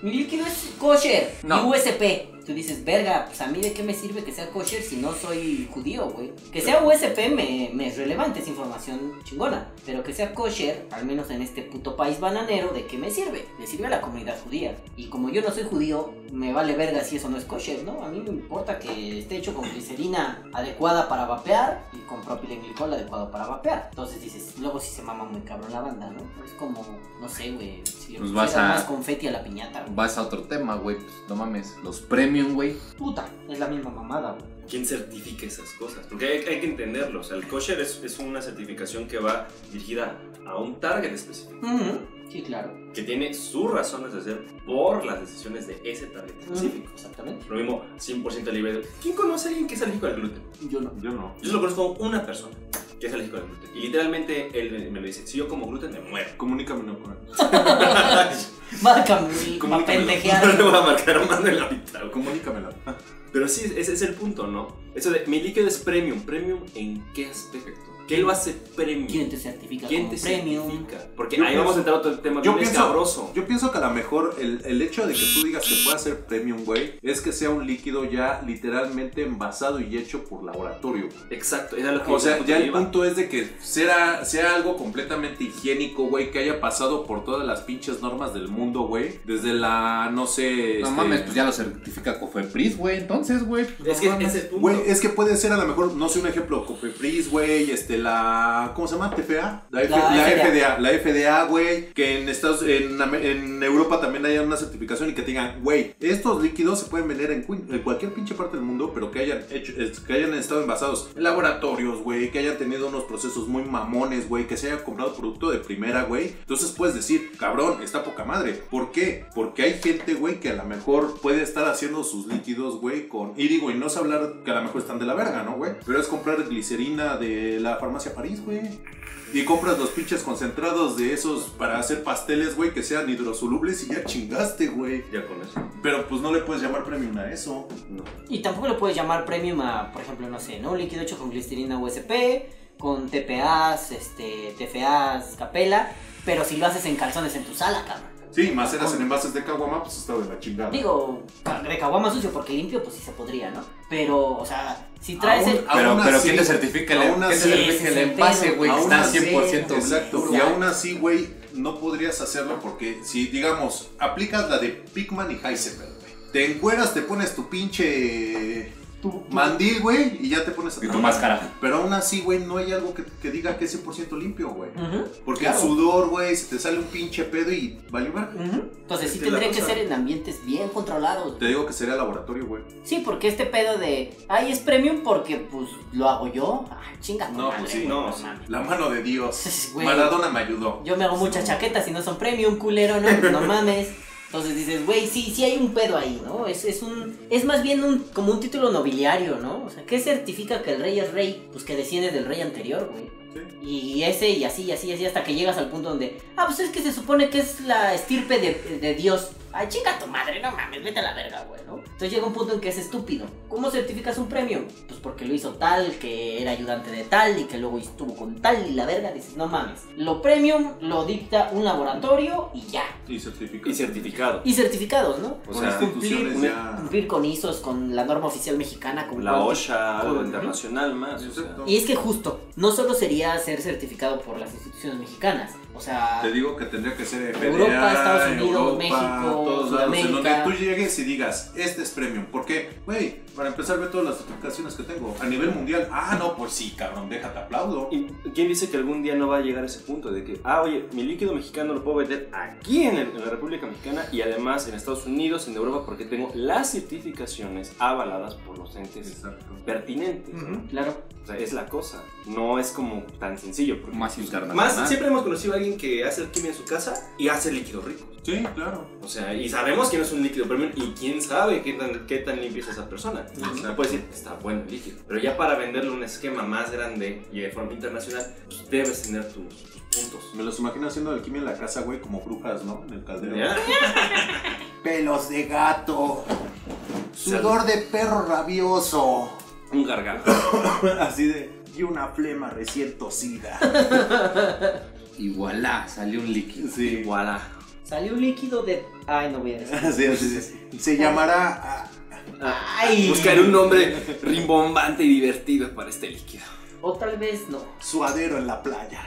Speaker 2: Mi líquido es kosher,
Speaker 3: No.
Speaker 2: mi USP. Tú dices, verga, pues a mí de qué me sirve que sea kosher si no soy judío, güey. Que sea USP me, me es relevante, es información chingona. Pero que sea kosher, al menos en este puto país bananero, ¿de qué me sirve? Le sirve a la comunidad judía. Y como yo no soy judío, me vale verga si eso no es kosher, ¿no? A mí me importa que esté hecho con glicerina adecuada para vapear y con propilenglicol adecuado para vapear. Entonces dices, luego sí se mama muy cabrón la banda, ¿no? Es como, no sé, güey, si le
Speaker 3: Pues vas
Speaker 2: pusieran
Speaker 3: a-
Speaker 2: más confeti a la piñata, güey.
Speaker 3: Vas a otro tema, güey. Pues, no mames. Los premium, güey.
Speaker 2: Puta, es la misma mamada, güey.
Speaker 4: ¿Quién certifica esas cosas? Porque hay, hay que entenderlo. O sea, el kosher es, es una certificación que va dirigida a un target específico,
Speaker 2: Ujú, Sí, claro.
Speaker 4: que tiene sus razones de ser por las decisiones de ese target específico.
Speaker 2: Ujú, Exactamente.
Speaker 4: Lo mismo, 100% libre. de- ¿Quién conoce a alguien que es alérgico al gluten?
Speaker 2: Yo no.
Speaker 1: Yo no.
Speaker 4: Yo solo conozco a una persona que es alérgico al gluten. Y literalmente él me- me lo dice, si yo como gluten me muero.
Speaker 1: Comunícamelo con
Speaker 2: Márcame, güey,
Speaker 4: Como
Speaker 2: pa' pendejear.
Speaker 4: No le voy a marcar a mano en la mitad. güey.
Speaker 1: Comunícamelo.
Speaker 4: Pero sí, ese es el punto, ¿no? Eso de, mi líquido es premium. ¿Premium en qué aspecto? ¿Qué lo hace premium?
Speaker 2: ¿Quién te certifica
Speaker 4: ¿Quién
Speaker 2: como
Speaker 4: te
Speaker 2: premium?
Speaker 4: certifica? Porque
Speaker 1: Yo
Speaker 4: ahí
Speaker 1: pienso-
Speaker 4: vamos a entrar a otro tema
Speaker 1: yo
Speaker 4: bien
Speaker 1: pienso-
Speaker 4: escabroso.
Speaker 1: Yo pienso que a lo mejor el, el hecho de que tú digas que pueda ser premium, güey, es que sea un líquido ya literalmente envasado y hecho por laboratorio. güey.
Speaker 4: Exacto, era lo que
Speaker 1: O sea,
Speaker 4: yo
Speaker 1: ya el
Speaker 4: iba.
Speaker 1: punto es de que sea, sea algo completamente higiénico, güey, que haya pasado por todas las pinches normas del mundo, güey. Desde la, no sé...
Speaker 3: No
Speaker 1: este,
Speaker 3: mames, pues ya lo certifica Cofepris, güey. Entonces, güey. pues,
Speaker 4: Es
Speaker 3: no
Speaker 4: que
Speaker 3: mames.
Speaker 4: es el punto.
Speaker 1: Güey, es que puede ser a lo mejor, no sé, un ejemplo, Copepris, güey, este, la... ¿Cómo se llama? ¿TFA? La, F-
Speaker 2: La
Speaker 1: la
Speaker 2: FDA.
Speaker 1: FDA. La FDA, güey, que en Estados... En, Am- en Europa también haya una certificación y que tengan, güey, estos líquidos se pueden vender en, cuin- en cualquier pinche parte del mundo, pero que hayan hecho... es- Que hayan estado envasados en laboratorios, güey, que hayan tenido unos procesos muy mamones, güey, que se hayan comprado producto de primera, güey. Entonces puedes decir, cabrón, está poca madre. ¿Por qué? Porque hay gente, güey, que a lo mejor puede estar haciendo sus líquidos, güey, con. Y digo, y no es hablar que a lo mejor están de la verga, ¿no, güey? Pero es comprar glicerina de la farmacia París, güey. y compras los pinches concentrados de esos para hacer pasteles, güey, que sean hidrosolubles y ya chingaste, güey.
Speaker 4: Ya con eso.
Speaker 1: Pero pues no le puedes llamar premium a eso.
Speaker 4: No.
Speaker 2: Y tampoco lo puedes llamar premium a, por ejemplo, no sé, ¿no? Un líquido hecho con glicerina USP, con TPAs, este, TFAs, capela, pero si lo haces en calzones en tu sala, cabrón.
Speaker 1: Sí, más eras en envases de caguama, pues está de la chingada.
Speaker 2: Digo, de caguama sucio porque limpio, pues sí se podría, ¿no? Pero, o sea, si traes
Speaker 1: Aún-
Speaker 2: el...
Speaker 3: Pero,
Speaker 1: Aún
Speaker 3: pero
Speaker 1: así,
Speaker 3: ¿quién te certifica el,
Speaker 1: aún
Speaker 3: ¿quién te
Speaker 1: así,
Speaker 3: certifica el
Speaker 2: ese
Speaker 3: envase,
Speaker 2: pedo.
Speaker 3: güey? que
Speaker 1: Aún
Speaker 3: Está
Speaker 1: así,
Speaker 3: 100%
Speaker 1: Exacto.
Speaker 3: seguro?
Speaker 1: Y aún así, güey, no podrías hacerlo porque si, digamos, aplicas la de Pikman y Heisenberg, güey. Te encueras, te pones tu pinche
Speaker 7: Tú, tú-
Speaker 1: mandil, güey, y ya te pones a
Speaker 3: Y tu
Speaker 1: trabajar.
Speaker 3: máscara.
Speaker 1: Pero aún así, güey, no hay algo que, que diga que es 100% limpio, güey.
Speaker 2: Ujú,
Speaker 1: Porque
Speaker 2: Claro.
Speaker 1: el sudor, güey, se te sale un pinche pedo y vale verga.
Speaker 2: ujú. Entonces sí
Speaker 4: Es que Este, la
Speaker 2: tendría que
Speaker 4: cosa-
Speaker 2: ser en ambientes bien controlados.
Speaker 1: Te digo que sería laboratorio, güey.
Speaker 2: Sí, porque este pedo de, ay, es premium porque, pues, lo hago yo. Ay, chinga, tu
Speaker 1: No,
Speaker 2: madre,
Speaker 1: pues sí,
Speaker 2: güey,
Speaker 4: no, sí.
Speaker 2: mames.
Speaker 1: La mano de Dios.
Speaker 2: Güey.
Speaker 1: Maradona me ayudó.
Speaker 2: Yo me hago muchas chaquetas y no son premium, culero, ¿no? Pues, No mames. Entonces dices, güey, sí, sí hay un pedo ahí, ¿no? Es, es un es más bien un como un título nobiliario, ¿no? O sea, ¿qué certifica que el rey es rey? Pues que desciende del rey anterior, güey. Y ese y así y así y así hasta que llegas al punto donde, ah, pues es que se supone que es la estirpe de, de Dios. Ay, chica tu madre, no mames, vete a la verga, güey, ¿no? Entonces llega un punto en que es estúpido. ¿Cómo certificas un premio? Pues porque lo hizo tal, que era ayudante de tal y que luego estuvo con tal y la verga, dices, no mames. Lo premium lo dicta un laboratorio y ya.
Speaker 1: Y certificado.
Speaker 4: Y certificado.
Speaker 2: Y certificados, ¿no?
Speaker 4: O
Speaker 1: Con
Speaker 4: sea,
Speaker 1: instituciones
Speaker 4: cumplir-
Speaker 1: ya.
Speaker 2: Cumplir con este ISOs, con la norma oficial mexicana, con
Speaker 4: Ah. La
Speaker 2: cualquier-
Speaker 4: OSHA, algo
Speaker 2: Ujú.
Speaker 4: internacional más. O sea.
Speaker 1: Exacto.
Speaker 2: Y es que justo, no solo sería ser certificado por las instituciones mexicanas, o sea,
Speaker 1: Te digo que tendría que ser FDA,
Speaker 2: Europa, Estados Unidos, México,
Speaker 1: todos lados, en donde
Speaker 2: Sudamérica.
Speaker 1: tú llegues y digas, este es premium. ¿Por qué? Güey, para empezar, ve todas las certificaciones que tengo a nivel mundial. Ah, no, pues sí, cabrón, déjate aplaudo.
Speaker 4: ¿Y quién dice que algún día no va a llegar a ese punto? De que, ah, oye, mi líquido mexicano lo puedo vender aquí en, el- en la República Mexicana y además en Estados Unidos, en Europa, porque tengo las certificaciones avaladas por los entes
Speaker 1: Exacto.
Speaker 4: pertinentes. ¿no?
Speaker 2: claro,
Speaker 4: O sea, es la cosa. No es como tan sencillo. Porque
Speaker 3: Más internacional.
Speaker 4: Más, siempre hemos conocido a alguien que hace alquimia en su casa y hace líquidos ricos.
Speaker 1: Sí, claro.
Speaker 4: O sea, y sabemos que no es un líquido premium y quién sabe qué tan, qué tan limpia es esa persona.
Speaker 1: Exacto.
Speaker 4: No puede decir, está bueno el líquido. Pero ya para venderle un esquema más grande y de forma internacional, pues debes tener tus, tus puntos.
Speaker 1: Me los imagino haciendo alquimia en la casa, güey, como brujas, ¿no? En el caldero.
Speaker 4: ¿Ya?
Speaker 1: Pelos de gato. Sudor de perro rabioso.
Speaker 4: Un gargajo.
Speaker 1: Así de. Y una flema recién tosida.
Speaker 3: Y voilà, ah, salió un líquido.
Speaker 1: Sí.
Speaker 4: Voilà.
Speaker 2: salió un líquido de... Ay, no voy a decir.
Speaker 1: Así, así, así. Se llamará. ah,
Speaker 2: Ay.
Speaker 4: Buscaré un nombre rimbombante y divertido para este líquido.
Speaker 2: O tal vez no.
Speaker 1: Suadero en la playa.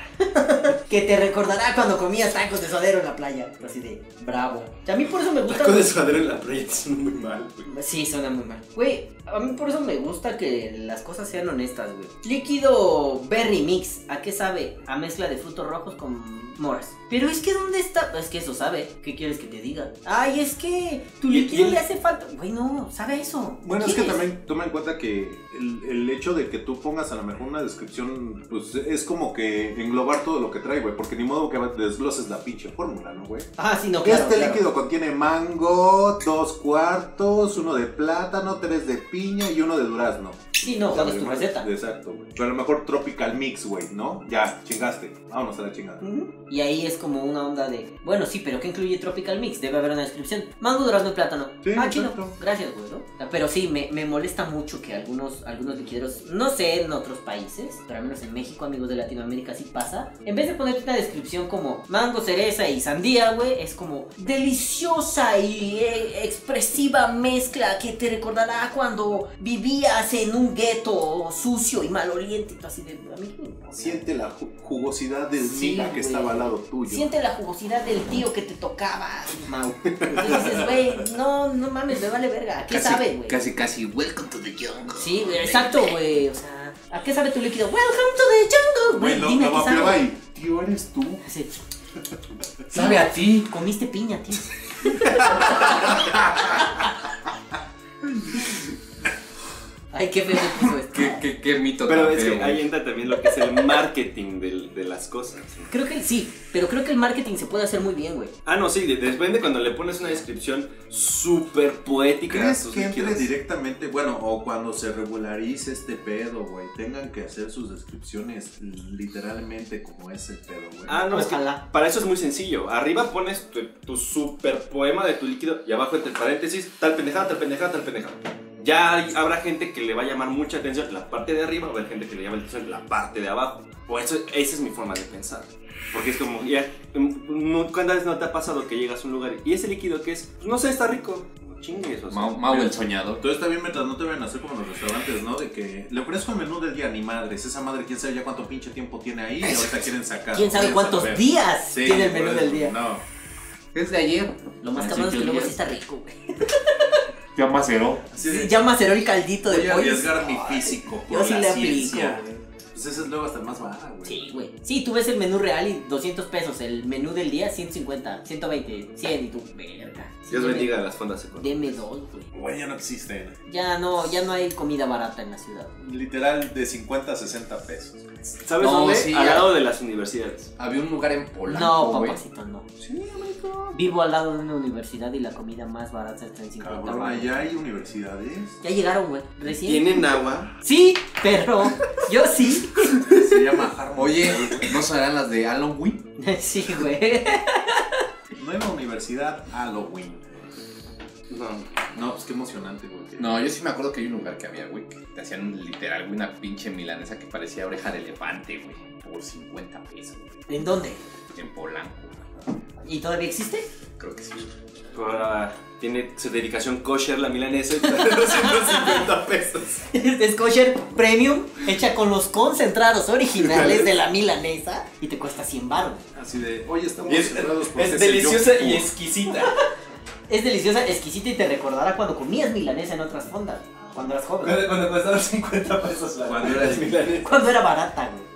Speaker 2: Que te recordará cuando comías tacos de suadero en la playa. Así de, bravo. A mí por eso me gusta...
Speaker 4: Taco de suadero en la playa es muy mal, güey.
Speaker 2: Sí, suena muy mal. Güey, a mí por eso me gusta que las cosas sean honestas, güey. Líquido Berry Mix, ¿a qué sabe? A mezcla de frutos rojos con moras. Pero es que ¿dónde está? Es que eso sabe. ¿Qué quieres que te diga? Ay, es que tu
Speaker 4: Y-
Speaker 2: líquido
Speaker 4: y-
Speaker 2: le hace falta. Güey, no, sabe eso.
Speaker 1: Bueno, es que
Speaker 2: ¿Quieres?
Speaker 1: también toma en cuenta que el, el hecho de que tú pongas a lo mejor una descripción, pues es como que englobar todo lo que trae, güey, porque ni modo que desgloses la pinche fórmula, ¿no, güey?
Speaker 2: Ah, sí, no, claro,
Speaker 1: este
Speaker 2: claro.
Speaker 1: líquido contiene mango, dos cuartos, uno de plátano, tres de piña y uno de durazno.
Speaker 2: Sí, no,
Speaker 1: Sabe
Speaker 2: jodes tu
Speaker 1: mal.
Speaker 2: receta.
Speaker 1: Exacto, güey. Pero a lo mejor tropical mix, güey, ¿no? Ya, chingaste. Vámonos a la chingada.
Speaker 2: Ujú. Y ahí es como una onda de, bueno, sí, pero ¿qué incluye Tropical Mix? Debe haber una descripción. Mango, durazno y plátano.
Speaker 1: Sí,
Speaker 2: ah, chido.
Speaker 1: exacto.
Speaker 2: Gracias, güey, ¿no? O sea, Pero sí, me, me molesta mucho que algunos, algunos liquideros, no sé en otros países, pero al menos en México, amigos de Latinoamérica, sí pasa. En vez de ponerte una descripción como mango, cereza y sandía, güey, es como deliciosa y eh, expresiva mezcla que te recordará cuando vivías en un gueto sucio y maloliente. Y tú así de, a mí qué me importa.
Speaker 1: Siente la ju- jugosidad del
Speaker 2: Sí,
Speaker 1: miga que
Speaker 2: güey.
Speaker 1: estaba al lado tuyo.
Speaker 2: Siente la jugosidad del tío que te tocaba, Mau. Y dices, güey, no, no mames, me vale verga. ¿A qué sabe, güey?
Speaker 3: Casi, casi, welcome to the jungle.
Speaker 2: Sí, güey, exacto, güey. O sea, ¿a qué sabe tu líquido? Welcome to the jungle,
Speaker 1: Güey,
Speaker 2: güey.
Speaker 1: lo,
Speaker 2: Dime,
Speaker 1: lo
Speaker 2: ¿a ¿qué
Speaker 1: vapeaba
Speaker 2: sabe?
Speaker 1: y, tío, eres tú.
Speaker 2: Así,
Speaker 3: Sabe a ti.
Speaker 2: comiste piña, tío. Ay, qué feo se puso esto.
Speaker 3: Qué, qué, qué mito
Speaker 4: Pero
Speaker 3: tan
Speaker 4: es
Speaker 3: feo,
Speaker 4: que
Speaker 3: güey.
Speaker 4: ahí entra también lo que es el marketing del- de, las cosas. ¿no?
Speaker 2: Creo que el- sí, pero creo que el marketing se puede hacer muy bien, güey.
Speaker 4: Ah, no, sí, de- depende cuando le pones una descripción súper poética. a
Speaker 1: ¿Crees
Speaker 4: tus
Speaker 1: que entre
Speaker 4: líquidos.
Speaker 1: directamente, bueno, o cuando se regularice este pedo, güey, tengan que hacer sus descripciones literalmente como ese pedo, güey?
Speaker 4: Ah, no, es que
Speaker 2: Ojalá.
Speaker 4: para eso es muy sencillo. Arriba pones tu, tu super poema de tu líquido y abajo entre paréntesis, tal pendejada, tal pendejada, tal pendejada. Ya hay- habrá gente que le va a llamar mucha atención la parte de arriba, va a haber gente que le llama la atención la parte de abajo. O eso, esa es mi forma de pensar. Porque es como, ya, mm, no- ¿cuántas veces no te ha pasado que llegas a un lugar y ese líquido que es, pues no sé, está rico? No chingues, o sea.
Speaker 3: Mau, Mau el soñador.
Speaker 1: Entonces también mientras no te ven a hacer como los restaurantes, ¿no? De que le ofrezco el menú del día, ni madres. Esa madre, quién sabe ya cuánto pinche tiempo tiene ahí y ahorita quieren sacar.
Speaker 2: ¿Quién sabe
Speaker 1: Quieren
Speaker 2: cuántos
Speaker 1: saber.
Speaker 2: días
Speaker 1: Sí,
Speaker 2: tiene el menú
Speaker 1: por eso,
Speaker 2: del día?
Speaker 1: No.
Speaker 3: Es de ayer.
Speaker 2: Lo más
Speaker 3: Así
Speaker 2: cabrón es que luego
Speaker 3: olvídate.
Speaker 2: sí está rico, güey.
Speaker 7: Ya maceró.
Speaker 1: Así de,
Speaker 2: Sí, ya maceró el caldito
Speaker 1: voy
Speaker 2: de
Speaker 1: a
Speaker 2: pollo.
Speaker 1: arriesgar mi físico por
Speaker 2: Yo sí
Speaker 1: la
Speaker 2: le aplico,
Speaker 1: ciencia.
Speaker 2: güey.
Speaker 1: Pues esa es luego hasta más baja, güey.
Speaker 2: Sí, güey. Sí, tú ves el menú real y 200 pesos. El menú del día, 150, 120, 100 y tú, verga.
Speaker 4: Dios
Speaker 2: Sí,
Speaker 4: bendiga las fondas económicas.
Speaker 2: Deme dos, güey.
Speaker 1: Güey, ya no existen.
Speaker 2: Ya no, ya no hay comida barata en la ciudad.
Speaker 1: Literal de 50 a 60 pesos.
Speaker 4: ¿Sabes
Speaker 3: No,
Speaker 4: dónde?
Speaker 3: sí,
Speaker 4: Al
Speaker 3: ya.
Speaker 4: lado de las universidades.
Speaker 3: Había un lugar en Polanco,
Speaker 2: No,
Speaker 3: güey.
Speaker 2: papacito, no. Vivo al lado de una universidad y la comida más barata está en 50
Speaker 1: Cabrón,
Speaker 2: baros.
Speaker 1: allá hay universidades.
Speaker 2: Ya llegaron, güey. Recién.
Speaker 4: Tienen agua.
Speaker 2: Sí, pero yo sí.
Speaker 1: Se llama Harmony.
Speaker 3: Oye, ¿no serán las de Halloween?
Speaker 2: Sí, güey.
Speaker 1: Nueva universidad Halloween.
Speaker 4: No.
Speaker 1: No, pues qué emocionante, güey.
Speaker 3: No, yo sí me acuerdo que hay un lugar que había, güey, que te hacían literal güey, una pinche milanesa que parecía oreja de elefante, güey, por 50 pesos, güey,
Speaker 2: ¿En dónde?
Speaker 3: en Polanco.
Speaker 2: ¿Y todavía existe?
Speaker 3: Creo que sí.
Speaker 4: Ahora tiene su dedicación kosher la milanesa y te da 250 pesos.
Speaker 2: Es kosher premium hecha con los concentrados originales de la milanesa y te cuesta 100 baros.
Speaker 1: Así de, hoy estamos
Speaker 4: Y es-
Speaker 1: cerrados por
Speaker 4: Es
Speaker 1: este
Speaker 4: deliciosa
Speaker 1: señor
Speaker 4: y
Speaker 1: Pur.
Speaker 4: exquisita.
Speaker 2: Es deliciosa, exquisita y te recordará cuando comías milanesa en otras fondas, cuando eras joven,
Speaker 5: Cuando costaron 50 pesos la
Speaker 1: Cuando era
Speaker 5: las
Speaker 1: de-
Speaker 5: milanesas.
Speaker 2: cuando era barata, güey.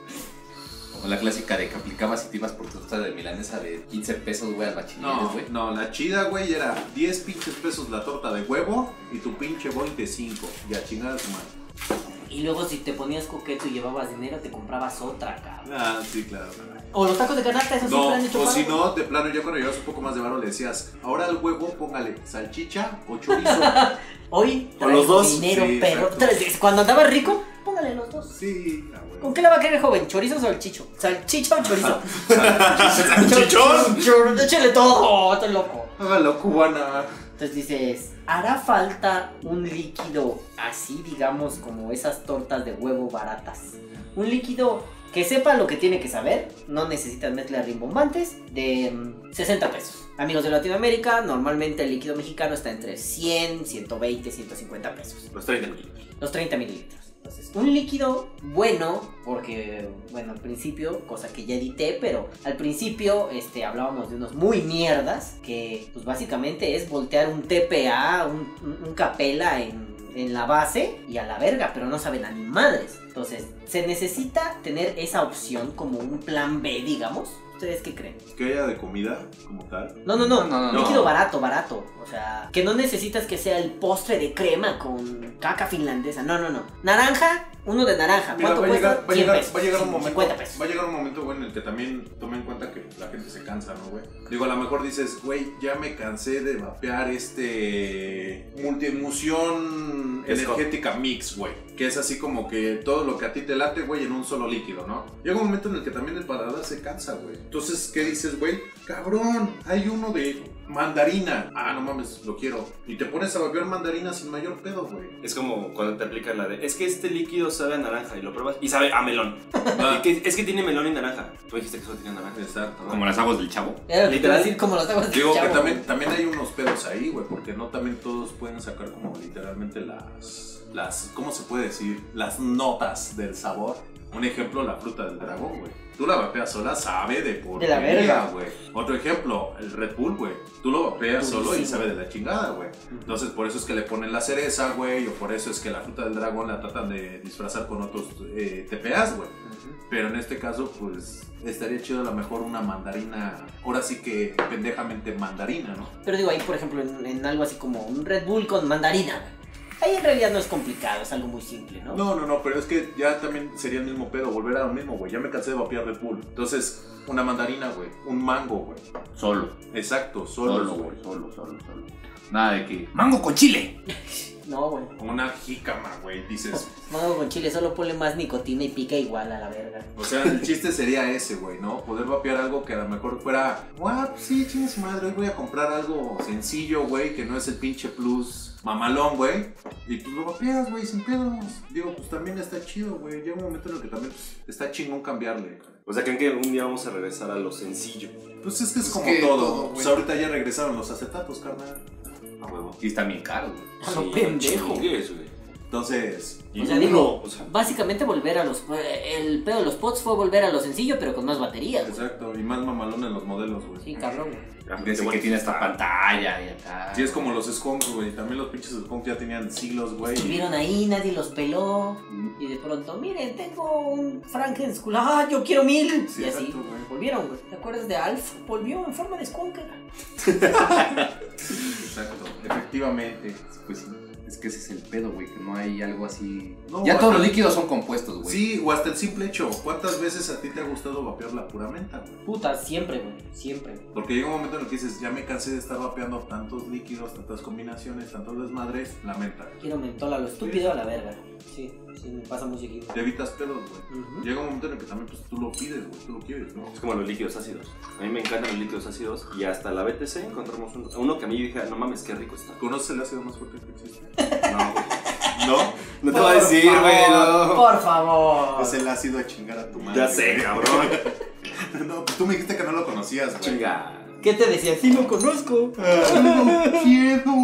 Speaker 3: Como la clásica de que aplicabas y te ibas por tu torta de milanesa de 15 pesos, güey, al bachilleres,
Speaker 1: No,
Speaker 3: güey.
Speaker 1: no, la chida, güey, era 10 pinches pesos la torta de huevo y tu pinche boy de 5. Y a chingar a su madre.
Speaker 2: Y luego si te ponías coqueto y llevabas dinero, te comprabas otra, cabrón.
Speaker 1: Ah, sí, claro.
Speaker 2: O los tacos de canasta, esos
Speaker 1: No,
Speaker 2: siempre han hecho
Speaker 1: o
Speaker 2: paro.
Speaker 1: si no, de plano, ya cuando llevas un poco más de varo le decías, ahora al huevo póngale salchicha o chorizo.
Speaker 2: Hoy,
Speaker 4: O los
Speaker 2: traes
Speaker 4: dos.
Speaker 2: dinero,
Speaker 1: Sí,
Speaker 2: perro.
Speaker 1: exacto.
Speaker 2: Traes- Cuando andabas rico, póngale los dos.
Speaker 1: sí, a huevo.
Speaker 2: ¿Con qué la va a querer joven? ¿Chorizo o salchicho? ¿Salchicha o chorizo?
Speaker 4: ¡Salchichón!
Speaker 2: Chor- Échale todo, estoy loco.
Speaker 1: Hágalo cubana.
Speaker 2: Entonces dices, ¿hará falta un líquido así, digamos, como esas tortas de huevo baratas? Un líquido que sepa lo que tiene que saber, no necesitas mezclas rimbombantes, de mm, 60 pesos. Amigos de Latinoamérica, normalmente el líquido mexicano está entre 100, 120, 150 pesos
Speaker 4: Los 30 mil.
Speaker 2: los 30 mililitros. Entonces, un líquido bueno, porque, bueno, al principio, cosa que ya edité, pero al principio este, hablábamos de unos muy mierdas, que pues básicamente es voltear un TPA, un, un- un capela en, en la base y a la verga, pero no saben a ni madres. Entonces, se necesita tener esa opción como un plan B, digamos. ¿Ustedes qué creen?
Speaker 1: Que haya de comida como tal.
Speaker 2: No, no, no,
Speaker 3: No, no, no.
Speaker 2: líquido barato, barato. O sea, que no necesitas que sea el postre de crema con caca finlandesa. No, no, no. Naranja, uno de naranja.
Speaker 1: Mira,
Speaker 2: ¿Cuánto
Speaker 1: va a
Speaker 2: cuesta?
Speaker 1: llegar, va a
Speaker 2: 100
Speaker 1: llegar,
Speaker 2: pesos.
Speaker 1: va a llegar un momento.
Speaker 2: 50 pesos.
Speaker 1: Va a llegar un momento, güey, en el que también tome en cuenta que la gente se cansa, ¿no, güey? Digo, a lo mejor dices, güey, ya me cansé de vapear este multiemulsión
Speaker 4: Esco.
Speaker 1: energética mix, güey. Que es así como que todo lo que a ti te late, güey, en un solo líquido, ¿no? Llega un momento en el que también el paladar se cansa, güey. Entonces, ¿qué dices, güey? Cabrón, hay uno de mandarina. Ah, no mames, lo quiero. Y te pones a vapear mandarina sin mayor pedo, güey.
Speaker 4: Es como cuando te aplican la de, es que este líquido sabe a naranja y lo pruebas y sabe a melón.
Speaker 1: Ah,
Speaker 4: Es que- es que tiene melón y naranja. Tú dijiste que solo tenía naranja.
Speaker 1: Exacto.
Speaker 3: Como las aguas del chavo.
Speaker 2: Era lo que te iba a
Speaker 4: Literal.
Speaker 2: decir, como los aguas del
Speaker 1: Digo que
Speaker 2: chavo.
Speaker 1: también, también hay unos pedos ahí, güey, porque no también todos pueden sacar como literalmente las, las, ¿cómo se puede decir? Las notas del sabor. Un ejemplo, la fruta del dragón, güey. Tú la vapeas sola, sabe de por
Speaker 2: De la verga.
Speaker 1: güey. Otro ejemplo, el Red Bull, güey. Tú lo vapeas
Speaker 2: Durísimo.
Speaker 1: solo y sabe de la chingada, güey. Entonces, por eso es que le ponen la cereza, güey, o por eso es que la fruta del dragón la tratan de disfrazar con otros eh, TPAs, güey. Pero en este caso, pues estaría chido a lo mejor una mandarina. Ahora sí que pendejamente mandarina, ¿no?
Speaker 2: Pero digo, ahí, por ejemplo, en, en algo así como un Red Bull con mandarina. güey. Ahí en realidad no es complicado, es algo muy simple, ¿no?
Speaker 1: No, no, no, pero es que ya también sería el mismo pedo, volver a lo mismo, güey. Ya me cansé de vapear Red Bull. Entonces, una mandarina, güey. Un mango, güey.
Speaker 3: Solo.
Speaker 1: Exacto,
Speaker 3: Solo,
Speaker 1: solo, güey.
Speaker 3: güey. Solo, solo, solo. Nada de que. ¡Mango con chile!
Speaker 2: No, güey.
Speaker 1: Una jícama, güey. Dices,
Speaker 2: Mango con chile, solo ponle más nicotina y pica igual a la verga.
Speaker 1: O sea, el chiste sería ese, güey, ¿no? Poder vapear algo que a lo mejor fuera, guau, pues sí, chingue su madre, hoy voy a comprar algo sencillo, güey, que no es el pinche plus mamalón, güey. Y pues lo vapeas, güey, sin pedos. Digo, pues también está chido, güey. Llega un momento en el que también pues, está chingón cambiarle.
Speaker 4: O sea, ¿creen que algún día vamos a regresar a lo sencillo?
Speaker 1: Pues es que es
Speaker 3: Es
Speaker 1: como
Speaker 3: que
Speaker 1: todo.
Speaker 3: todo, güey.
Speaker 1: pues ahorita ya regresaron los acetatos, carnal.
Speaker 4: A huevo.
Speaker 3: Y está bien caro, güey.
Speaker 2: Ah, no, pendejo.
Speaker 4: ¿Qué es, güey?
Speaker 1: Entonces,
Speaker 4: Y
Speaker 2: O sea,
Speaker 4: uno,
Speaker 2: digo-
Speaker 4: o sea,
Speaker 2: Básicamente volver a los... eh, El pedo de los pots fue volver a lo sencillo, pero con más baterías. güey.
Speaker 1: exacto, y más mamalón en los modelos, güey.
Speaker 2: Sí, cabrón, güey.
Speaker 3: Desde Ah, que tiene esta pantalla y acá.
Speaker 1: Sí, es como los skunks, güey. También los pinches skunks ya tenían siglos, güey.
Speaker 2: Estuvieron ahí, nadie los peló. Y de pronto, miren, tengo un Frankenstein. ¡Ah, yo quiero mil!
Speaker 1: Sí,
Speaker 2: y así.
Speaker 1: exacto, güey.
Speaker 2: Volvieron, güey. ¿Te acuerdas de Alf? Volvió en forma de Skunk.
Speaker 1: Exacto, efectivamente.
Speaker 3: Pues sí. Es que ese es el pedo, güey. Que no hay algo así.
Speaker 1: No,
Speaker 3: ya
Speaker 1: güey.
Speaker 3: todos los líquidos son compuestos, güey.
Speaker 1: Sí, o hasta el simple hecho, ¿cuántas veces a ti te ha gustado vapear la pura menta, güey?
Speaker 2: Puta, siempre, güey. Siempre.
Speaker 1: Porque llega un momento en el que dices, ya me cansé de estar vapeando tantos líquidos, tantas combinaciones, tantos desmadres, la menta.
Speaker 2: Quiero mentol a lo estúpido a la verga. Sí, sí, me pasa muy seguido.
Speaker 1: Te evitas pedos, güey.
Speaker 2: Ujú.
Speaker 1: Llega un momento en el que también pues, tú lo pides, güey, tú lo quieres, ¿no?
Speaker 4: Es como los líquidos ácidos. A mí me encantan los líquidos ácidos. Y hasta la BTC encontramos uno, uno que a mí dije, "Ah, no mames, qué rico está.
Speaker 1: ¿Conoces el ácido más fuerte que existe?
Speaker 4: No, güey.
Speaker 1: ¿No?
Speaker 4: No te voy a decir,
Speaker 2: Por
Speaker 4: güey.
Speaker 2: favor,
Speaker 4: no.
Speaker 2: Por favor.
Speaker 1: Es el ácido a chingar a tu madre.
Speaker 4: Ya sé,
Speaker 1: güey.
Speaker 4: cabrón.
Speaker 1: No, pues tú me dijiste que no lo conocías, güey.
Speaker 4: Chinga.
Speaker 2: ¿Qué te decía? Sí, lo conozco.
Speaker 1: Ah, no quiero.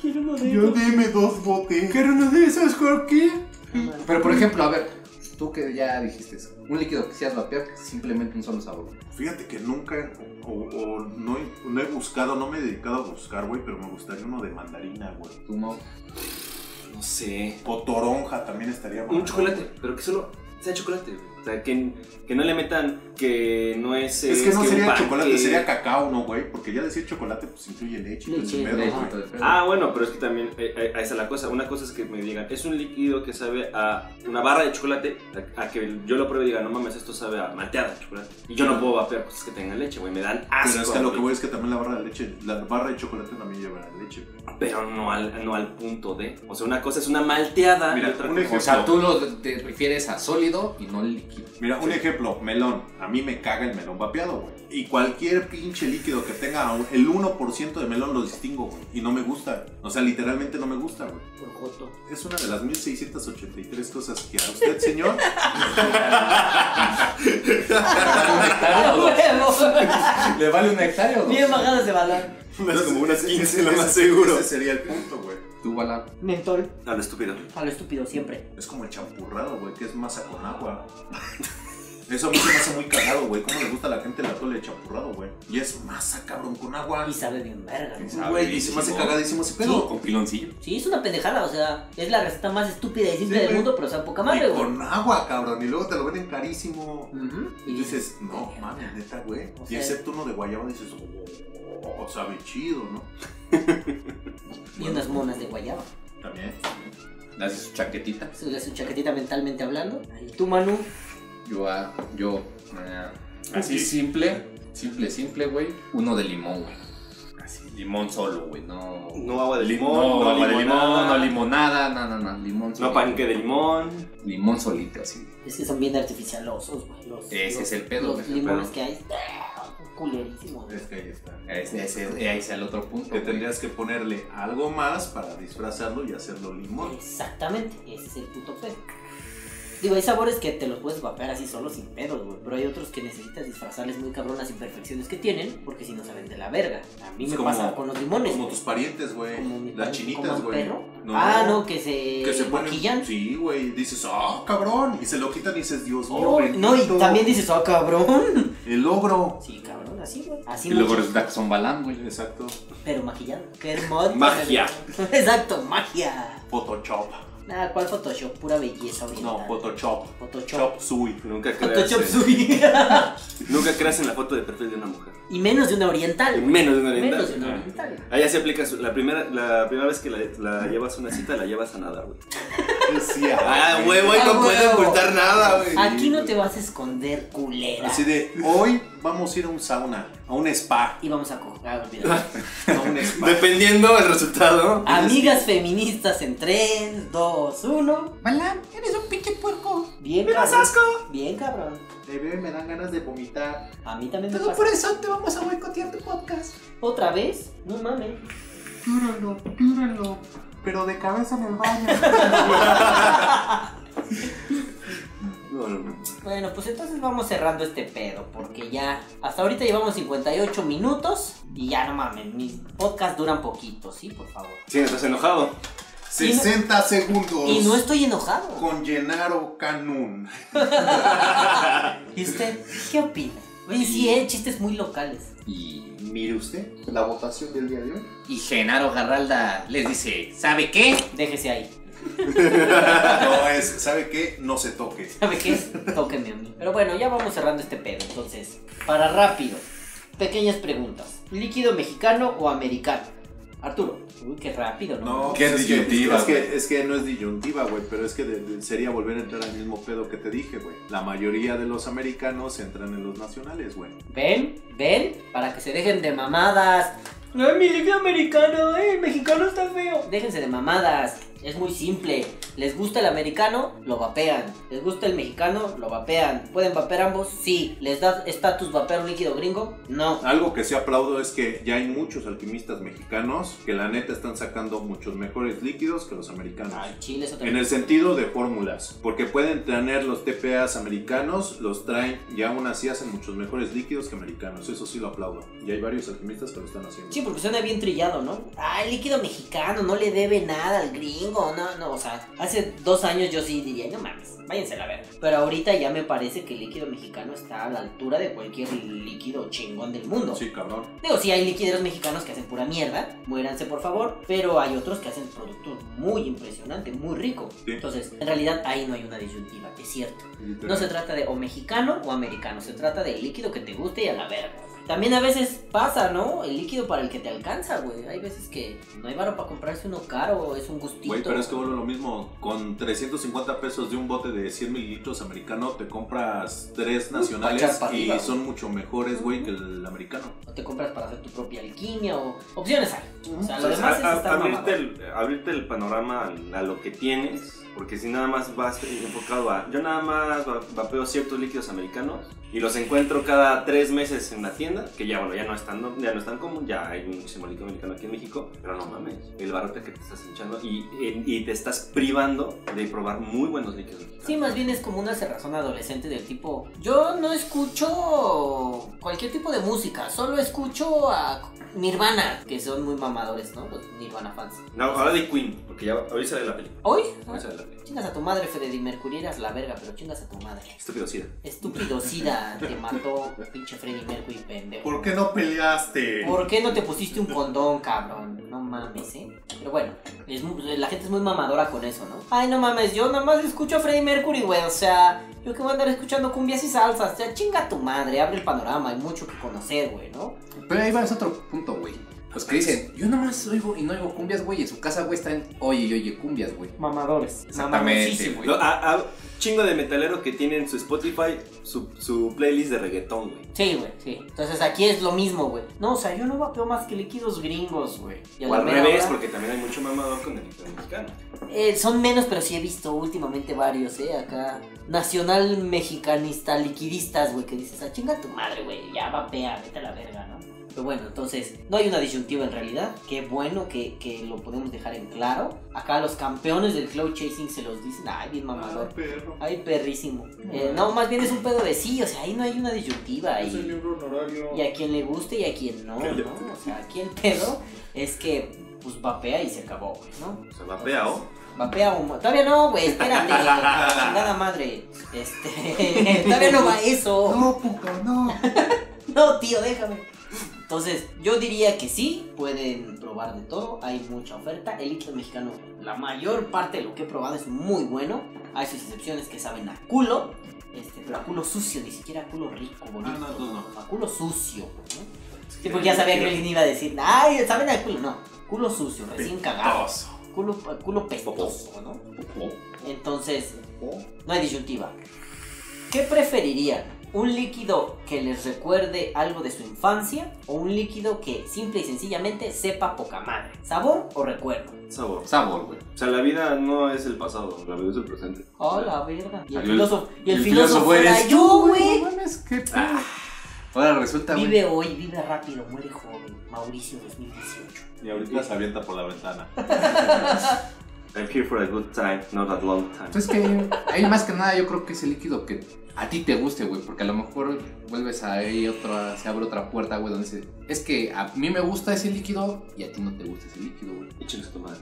Speaker 2: Quiero uno de
Speaker 1: Yo
Speaker 2: ellos.
Speaker 1: deme dos botes.
Speaker 3: ¿Qué uno de esos, Jorge?
Speaker 2: No mames.
Speaker 3: Pero por ejemplo, a ver, tú que ya dijiste eso. Un líquido que seas vapear, simplemente un solo sabor.
Speaker 1: Fíjate que nunca, o, o no, he, no he buscado, no me he dedicado a buscar, güey, pero me gustaría uno de mandarina, güey.
Speaker 3: Tu mo-
Speaker 4: No sé.
Speaker 1: O toronja también estaría bueno.
Speaker 4: Un chocolate, pero que solo sea chocolate, güey. O sea, que, que no le metan que no es.
Speaker 1: Es que no
Speaker 4: un
Speaker 1: sería
Speaker 4: pan,
Speaker 1: chocolate,
Speaker 4: que-
Speaker 1: sería cacao, ¿no, güey? Porque ya decir chocolate, pues incluye leche y todo ese
Speaker 2: Leche,
Speaker 1: pedo,
Speaker 3: leche,
Speaker 1: güey.
Speaker 3: todo el pedo.
Speaker 4: Ah, bueno, pero es que también, eh, eh, esa es la cosa. Una cosa es que me digan, es un líquido que sabe a una barra de chocolate, a, a que yo lo pruebe y diga, no mames, esto sabe a malteada de chocolate. Y yo no puedo vapear cosas que tengan leche, güey, me dan asco.
Speaker 1: Pero es que a lo que
Speaker 4: güey.
Speaker 1: voy es que también la barra de leche, la barra de chocolate también lleva leche. güey.
Speaker 4: Pero no al, no al punto de. O sea, una cosa es una malteada
Speaker 1: Mira,
Speaker 4: y otra
Speaker 1: un
Speaker 4: cosa.
Speaker 1: ejemplo.
Speaker 3: O sea, tú lo te refieres a sólido y no líquido.
Speaker 1: Mira, un ejemplo, melón. A mí me caga el melón vapeado, güey. Y cualquier pinche líquido que tenga el 1% de melón lo distingo, güey. Y no me gusta. O sea, literalmente no me gusta, güey.
Speaker 2: Por Joto.
Speaker 1: Es una de las 1683 cosas que a usted, señor,
Speaker 2: ¡Ah, huevo!
Speaker 3: ¿Le vale un hectárea o dos?
Speaker 2: Bien bajadas de valor.
Speaker 1: es como unas 15,
Speaker 4: lo más seguro.
Speaker 1: Ese sería el punto, güey.
Speaker 3: Tú bala.
Speaker 2: Mentol.
Speaker 4: A lo estúpido.
Speaker 2: A lo estúpido, siempre.
Speaker 1: Es como el champurrado, güey, que es masa con agua. Eso a mí se me hace muy cagado, güey. ¿Cómo le gusta a la gente el atole de champurrado, güey? Y es masa, cabrón, con agua.
Speaker 2: Y sabe bien verga, güey.
Speaker 3: sabe
Speaker 1: Güey, y se me hace
Speaker 3: buenísimo.
Speaker 1: cagadísimo ese pedo.
Speaker 3: Con piloncillo.
Speaker 2: Sí, es una pendejada, o sea, es la receta más estúpida y simple
Speaker 1: Sí,
Speaker 2: del
Speaker 1: güey.
Speaker 2: mundo, pero o sea, poca madre,
Speaker 1: Y
Speaker 2: güey.
Speaker 1: con agua, cabrón. Y luego te lo venden carísimo.
Speaker 2: Ujú,
Speaker 1: Y dices, no, mames, neta, güey.
Speaker 2: O
Speaker 1: Y
Speaker 2: sea-
Speaker 1: excepto uno de guayaba, dices, oh, sabe chido, ¿no?
Speaker 2: Y unas monas de guayaba.
Speaker 1: También.
Speaker 3: Le haces su chaquetita.
Speaker 2: Se le hace su chaquetita mentalmente hablando. Y tú, Manu,
Speaker 3: Yo, ah, yo. ah, así simple. Simple, simple, güey. Uno de limón, güey. Así, limón solo, güey. No.
Speaker 4: No agua de
Speaker 3: Lim-
Speaker 4: limón,
Speaker 3: no,
Speaker 4: no,
Speaker 3: agua de limón,
Speaker 4: limonada,
Speaker 3: no limonada, no, no, no, limón
Speaker 4: no
Speaker 3: solito.
Speaker 4: panque de limón.
Speaker 3: Limón solito, así.
Speaker 2: es que son bien artificialosos, güey. los-
Speaker 3: Ese
Speaker 2: los-
Speaker 3: es el pedo,
Speaker 2: Los
Speaker 3: ese es el
Speaker 2: limones
Speaker 3: pedo.
Speaker 2: que hay. Culerísimo, güey.
Speaker 1: Es que ahí está.
Speaker 3: Ese, ese, ahí es el otro punto.
Speaker 1: Que
Speaker 3: güey.
Speaker 1: tendrías que ponerle algo más para disfrazarlo y hacerlo limón.
Speaker 2: Exactamente, ese es el puto pedo. Digo, hay sabores que te los puedes vapear así solo sin pedos, güey. Pero hay otros que necesitas disfrazarles muy cabrón las imperfecciones que tienen, porque si no saben de la verga. A mí
Speaker 1: Es
Speaker 2: me
Speaker 1: como-
Speaker 2: pasa con los limones.
Speaker 1: Como
Speaker 2: güey.
Speaker 1: tus parientes, güey.
Speaker 2: Como mi
Speaker 1: Las
Speaker 2: padre,
Speaker 1: chinitas,
Speaker 2: como
Speaker 1: güey.
Speaker 2: perro. ah, no, que se,
Speaker 1: Que se ponen.
Speaker 2: maquillan.
Speaker 1: Sí, güey. Dices, ah, cabrón. Y se lo quitan y dices, Dios mío.
Speaker 2: Oh, no, y
Speaker 1: bendito,
Speaker 2: también dices, oh, cabrón.
Speaker 1: El ogro.
Speaker 2: Sí, cabrón, así, güey. Así,
Speaker 3: Y luego
Speaker 2: mucho,
Speaker 3: resulta que son balán, güey.
Speaker 1: Exacto.
Speaker 2: pero maquillado. Qué hermoso.
Speaker 4: Magia.
Speaker 2: Exacto, magia.
Speaker 1: Photoshop.
Speaker 2: Nada, ¿cuál Photoshop? Pura belleza oriental.
Speaker 1: No, Photoshop.
Speaker 2: Photoshop.
Speaker 1: Chop Suey.
Speaker 4: Nunca creas,
Speaker 2: Photoshop
Speaker 4: eh,
Speaker 2: Sui.
Speaker 4: nunca creas en la foto de perfil de una mujer.
Speaker 2: y menos de una oriental.
Speaker 4: Menos de una
Speaker 2: Menos de una
Speaker 4: oriental.
Speaker 2: oriental.
Speaker 4: Allá se aplica su- la primera, la primera vez que la, la llevas a una cita, la llevas a nadar, güey.
Speaker 3: Sí,
Speaker 4: Ah,
Speaker 3: güey.
Speaker 4: güey, güey,
Speaker 2: Ah,
Speaker 4: no puedo
Speaker 2: huevo.
Speaker 4: ocultar nada, güey.
Speaker 2: Aquí no te vas a esconder, culera.
Speaker 1: Así de, hoy vamos a ir a un sauna, a un spa.
Speaker 2: Y vamos a coger. olvídalo.
Speaker 1: A un spa.
Speaker 4: Dependiendo del resultado.
Speaker 2: Amigas feministas en 3, 2, 1.
Speaker 6: Balam, eres un pinche puerco.
Speaker 2: Bien,
Speaker 4: ¡Me das
Speaker 2: cabrón.
Speaker 4: asco!
Speaker 2: Bien, cabrón.
Speaker 1: Bebé, me dan ganas de vomitar.
Speaker 2: A mí también me
Speaker 6: Todo
Speaker 2: pasa.
Speaker 6: por eso te vamos a boicotear tu podcast.
Speaker 2: ¿Otra vez? No mames.
Speaker 1: Tíralo, tíralo. Pero de cabeza en el baño.
Speaker 4: No, no, no.
Speaker 2: Bueno, pues entonces vamos cerrando este pedo, porque ya hasta ahorita llevamos 58 minutos y ya no mames, mis podcasts duran poquito, ¿sí? Por favor.
Speaker 4: Sí, estás enojado.
Speaker 1: 60 segundos.
Speaker 2: Y no estoy enojado.
Speaker 1: Con Gennaro Canun.
Speaker 2: ¿Y usted qué opina? Oye, sí, eh, chistes muy locales.
Speaker 3: Y,
Speaker 1: Mire usted, la votación del día de hoy.
Speaker 3: y Genaro Garralda les dice, ¿sabe qué?
Speaker 2: Déjese ahí.
Speaker 1: No es, ¿sabe qué? No se toque.
Speaker 2: ¿Sabe qué? Tóqueme a mí. Pero bueno, ya vamos cerrando este pedo, entonces. Para rápido, pequeñas preguntas. ¿Líquido mexicano o americano? Arturo. Uy, qué rápido, ¿no?
Speaker 1: No,
Speaker 3: Qué
Speaker 1: pues es que-
Speaker 3: disyuntiva,
Speaker 1: Es que,
Speaker 3: güey.
Speaker 1: es que no es disyuntiva, güey, pero es que de- de- sería volver a entrar al mismo pedo que te dije, güey. La mayoría de los americanos entran en los nacionales, güey.
Speaker 2: ¿Ven? ¿Ven? Para que se dejen de mamadas. No, mi liga americano, eh, el mexicano está feo. Déjense de mamadas. Es muy simple. Les gusta el americano, lo vapean. Les gusta el mexicano, lo vapean. ¿Pueden vapear ambos? Sí. ¿Les da estatus vapear un líquido gringo? No.
Speaker 1: Algo que sí aplaudo es que ya hay muchos alquimistas mexicanos que la neta están sacando muchos mejores líquidos que los americanos.
Speaker 2: Ay, chile, eso
Speaker 1: En
Speaker 2: también.
Speaker 1: el sentido de fórmulas, porque pueden tener los TPAs americanos, los traen y aún así hacen muchos mejores líquidos que americanos. Eso sí lo aplaudo. Y hay varios alquimistas que lo están haciendo.
Speaker 2: Sí, porque suena bien trillado, ¿no? Ah, el líquido mexicano no le debe nada al gringo, no, no, o sea, hace dos años yo sí diría, no mames, váyanse a la verga. Pero ahorita ya me parece que el líquido mexicano está a la altura de cualquier líquido chingón del mundo.
Speaker 1: Sí, cabrón.
Speaker 2: Digo, sí hay liquideros mexicanos que hacen pura mierda, muéranse por favor, pero hay otros que hacen producto muy impresionante, muy rico.
Speaker 1: Sí.
Speaker 2: Entonces, en realidad ahí no hay una disyuntiva, es cierto. No se trata de o mexicano o americano, se trata del líquido que te guste y a la verga. También a veces pasa, ¿no? El líquido para el que te alcanza, güey. Hay veces que no hay varo para comprarse uno caro, es un gustito.
Speaker 1: Güey, pero es que vuelve lo mismo. Con 350 pesos de un bote de 100 mililitros americano, te compras tres
Speaker 2: pa'
Speaker 1: nacionales
Speaker 2: echar pa'
Speaker 1: y
Speaker 2: arriba, güey.
Speaker 1: son mucho mejores, güey, que el americano.
Speaker 2: O te compras para hacer tu propia alquimia o opciones hay. O sea, lo
Speaker 4: Pues,
Speaker 2: demás
Speaker 4: a- a-
Speaker 2: es estar mamado.
Speaker 4: abrirte, el, abrirte el panorama al- a lo que tienes, porque si nada más vas enfocado a... Yo nada más va- vapeo ciertos líquidos americanos y los encuentro cada tres meses en la tienda, que ya, bueno, ya no es tan, ya no es tan común, ya hay muchísimo líquido americano aquí en México, pero no mames, el barote que te estás hinchando y, y- y te estás privando de probar muy buenos líquidos mexicanos.
Speaker 2: Sí, más bien es como una cerrazón adolescente del tipo, yo no escucho cualquier tipo de música, solo escucho a Nirvana, que son muy mamadores, ¿no? Los Nirvana fans.
Speaker 4: No, ahora de Queen, porque ya hoy sale la película.
Speaker 2: Hoy,
Speaker 4: Hoy sale la película.
Speaker 2: chingas a tu madre, Freddy Mercury, eras la verga, pero chingas a tu madre.
Speaker 4: Estúpido Sida.
Speaker 2: Estúpido Sida, te mató pinche Freddy Mercury, pendejo.
Speaker 1: no peleaste?
Speaker 2: ¿Por qué no te pusiste un condón, cabrón? No mames, ¿eh? Pero bueno, es mu- la gente es muy mamadora con eso, ¿no? Ay, no mames, yo nada más escucho a Freddie Mercury, güey. O sea, yo que voy a andar escuchando cumbias y salsas. O sea, chinga tu madre, abre el panorama, hay mucho que conocer, güey, ¿no?
Speaker 3: Pero ahí va es otro punto, güey. Los que dicen, yo nada más oigo y no oigo cumbias, güey. En su casa, güey, están, oye y oye cumbias, güey.
Speaker 2: Mamadores.
Speaker 3: Exactamente, güey.
Speaker 4: Lo- a- a- chingo de metalero que tiene en su Spotify su, su playlist de reggaetón, güey.
Speaker 2: Sí, güey, sí. Entonces aquí es lo mismo, güey. No, o sea, yo no vapeo más que líquidos gringos, güey. Y a
Speaker 4: O
Speaker 2: la
Speaker 4: al
Speaker 2: mera
Speaker 4: revés,
Speaker 2: hora-
Speaker 4: porque también hay mucho mamador con el líquido mexicano.
Speaker 2: Eh, son menos, pero sí he visto últimamente varios, ¿eh? Acá. Nacional mexicanista liquidistas, güey, que dices, a chinga tu madre, güey, ya vapea, vete a la verga, ¿no? Pero bueno, entonces, no hay una disyuntiva en realidad. Qué bueno que, que lo podemos dejar en claro. Acá los campeones del cloud chasing se los dicen, ay, bien
Speaker 5: Ah,
Speaker 2: mamador.
Speaker 7: perro.
Speaker 2: Ay, perrísimo. Eh, no, más bien es un pedo de sí, o sea, ahí no hay una disyuntiva.
Speaker 7: Es el
Speaker 2: Y,
Speaker 7: libro honorario.
Speaker 2: y a quien le guste y a quien no, ¿no? O sea, aquí el pedo es que, pues, vapea y se acabó, güey, ¿no?
Speaker 4: O sea, vapea, ¿o?
Speaker 2: Vapea humo. Todavía no, güey, espérate. Chingada madre. Este. Todavía no va eso.
Speaker 7: puta, no.
Speaker 2: No, tío, déjame. Entonces, yo diría que sí, pueden probar de todo, hay mucha oferta. El Ixtl mexicano, la mayor parte de lo que he probado es muy bueno. Hay sus excepciones que saben a culo, este, pero a culo sucio, ni siquiera a culo rico, bonito.
Speaker 1: Ah, no, no, no.
Speaker 2: A culo sucio. ¿no? Sí, porque ya sabía que Melin iba a decir, ay, saben a culo. No, culo sucio, recién cagado. Culo, culo pestoso, ¿no? Entonces, no hay disyuntiva. ¿Qué preferirían? ¿Un líquido que les recuerde algo de su infancia o un líquido que simple y sencillamente sepa poca madre? ¿Sabor o recuerdo?
Speaker 4: Sabor.
Speaker 3: Sabor, güey.
Speaker 4: O sea, la vida no es el pasado, la vida es el presente.
Speaker 2: Oh, la verga. Y el
Speaker 3: Salió el-
Speaker 2: filósofo, y el
Speaker 3: el
Speaker 2: filósofo
Speaker 3: filósofo
Speaker 2: era
Speaker 3: eres
Speaker 2: yo, güey.
Speaker 7: No mames, qué pedo.
Speaker 3: Ahora resulta, güey.
Speaker 2: Vive hoy, vive rápido, muere joven. Mauricio 2018.
Speaker 1: Y ahorita se avienta por la ventana.
Speaker 4: I'm here for a good time, not a long time.
Speaker 3: Pues es que ahí más que nada yo creo que es el líquido que a ti te guste, güey, porque a lo mejor vuelves ahí otra, se abre otra puerta, güey, donde dices, es que a mí me gusta ese líquido y a ti no te gusta ese líquido, güey.
Speaker 4: Échenle su madre.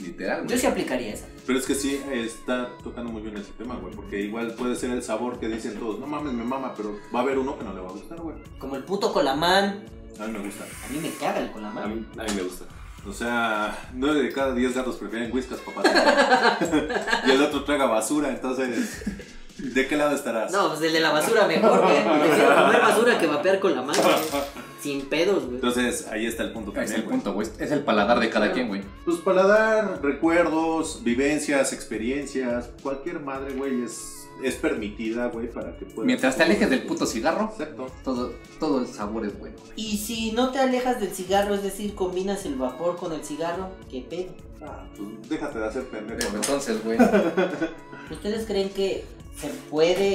Speaker 3: Literal,
Speaker 2: Yo
Speaker 3: güey.
Speaker 2: sí aplicaría esa.
Speaker 1: Pero es que sí eh, está tocando muy bien ese tema, güey. Porque igual puede ser el sabor que dicen todos. No mames, me mama, pero va a haber uno que no le va a gustar, güey.
Speaker 2: Como el puto colamán.
Speaker 1: A mí me gusta.
Speaker 2: A mí me caga el
Speaker 4: A
Speaker 2: colamán.
Speaker 4: mí, a mí me gusta.
Speaker 1: O sea, 9 de cada 10 gatos prefieren whiskas, papá. y el otro traga basura, entonces. ¿De qué lado estarás?
Speaker 2: No, pues el de la basura mejor, güey. Prefiero comer basura que vapear con la mano, güey. Sin pedos, güey.
Speaker 1: Entonces, ahí está el punto
Speaker 3: Es
Speaker 1: también,
Speaker 3: el
Speaker 1: güey.
Speaker 3: punto, güey. Es el paladar de cada quien, güey.
Speaker 1: Pues paladar, recuerdos, vivencias, experiencias, cualquier madre, güey, es, es permitida, güey, para que puedas.
Speaker 3: Mientras te alejes del puto cigarro,
Speaker 1: Exacto.
Speaker 3: todo, todo el sabor es bueno, güey.
Speaker 2: Y si no te alejas del cigarro, es decir, combinas el vapor con el cigarro, qué pedo.
Speaker 1: Ah, pues déjate de hacer pendejo.
Speaker 3: Pero
Speaker 1: ¿no?
Speaker 3: entonces, güey,
Speaker 2: ¿Ustedes creen que se puede,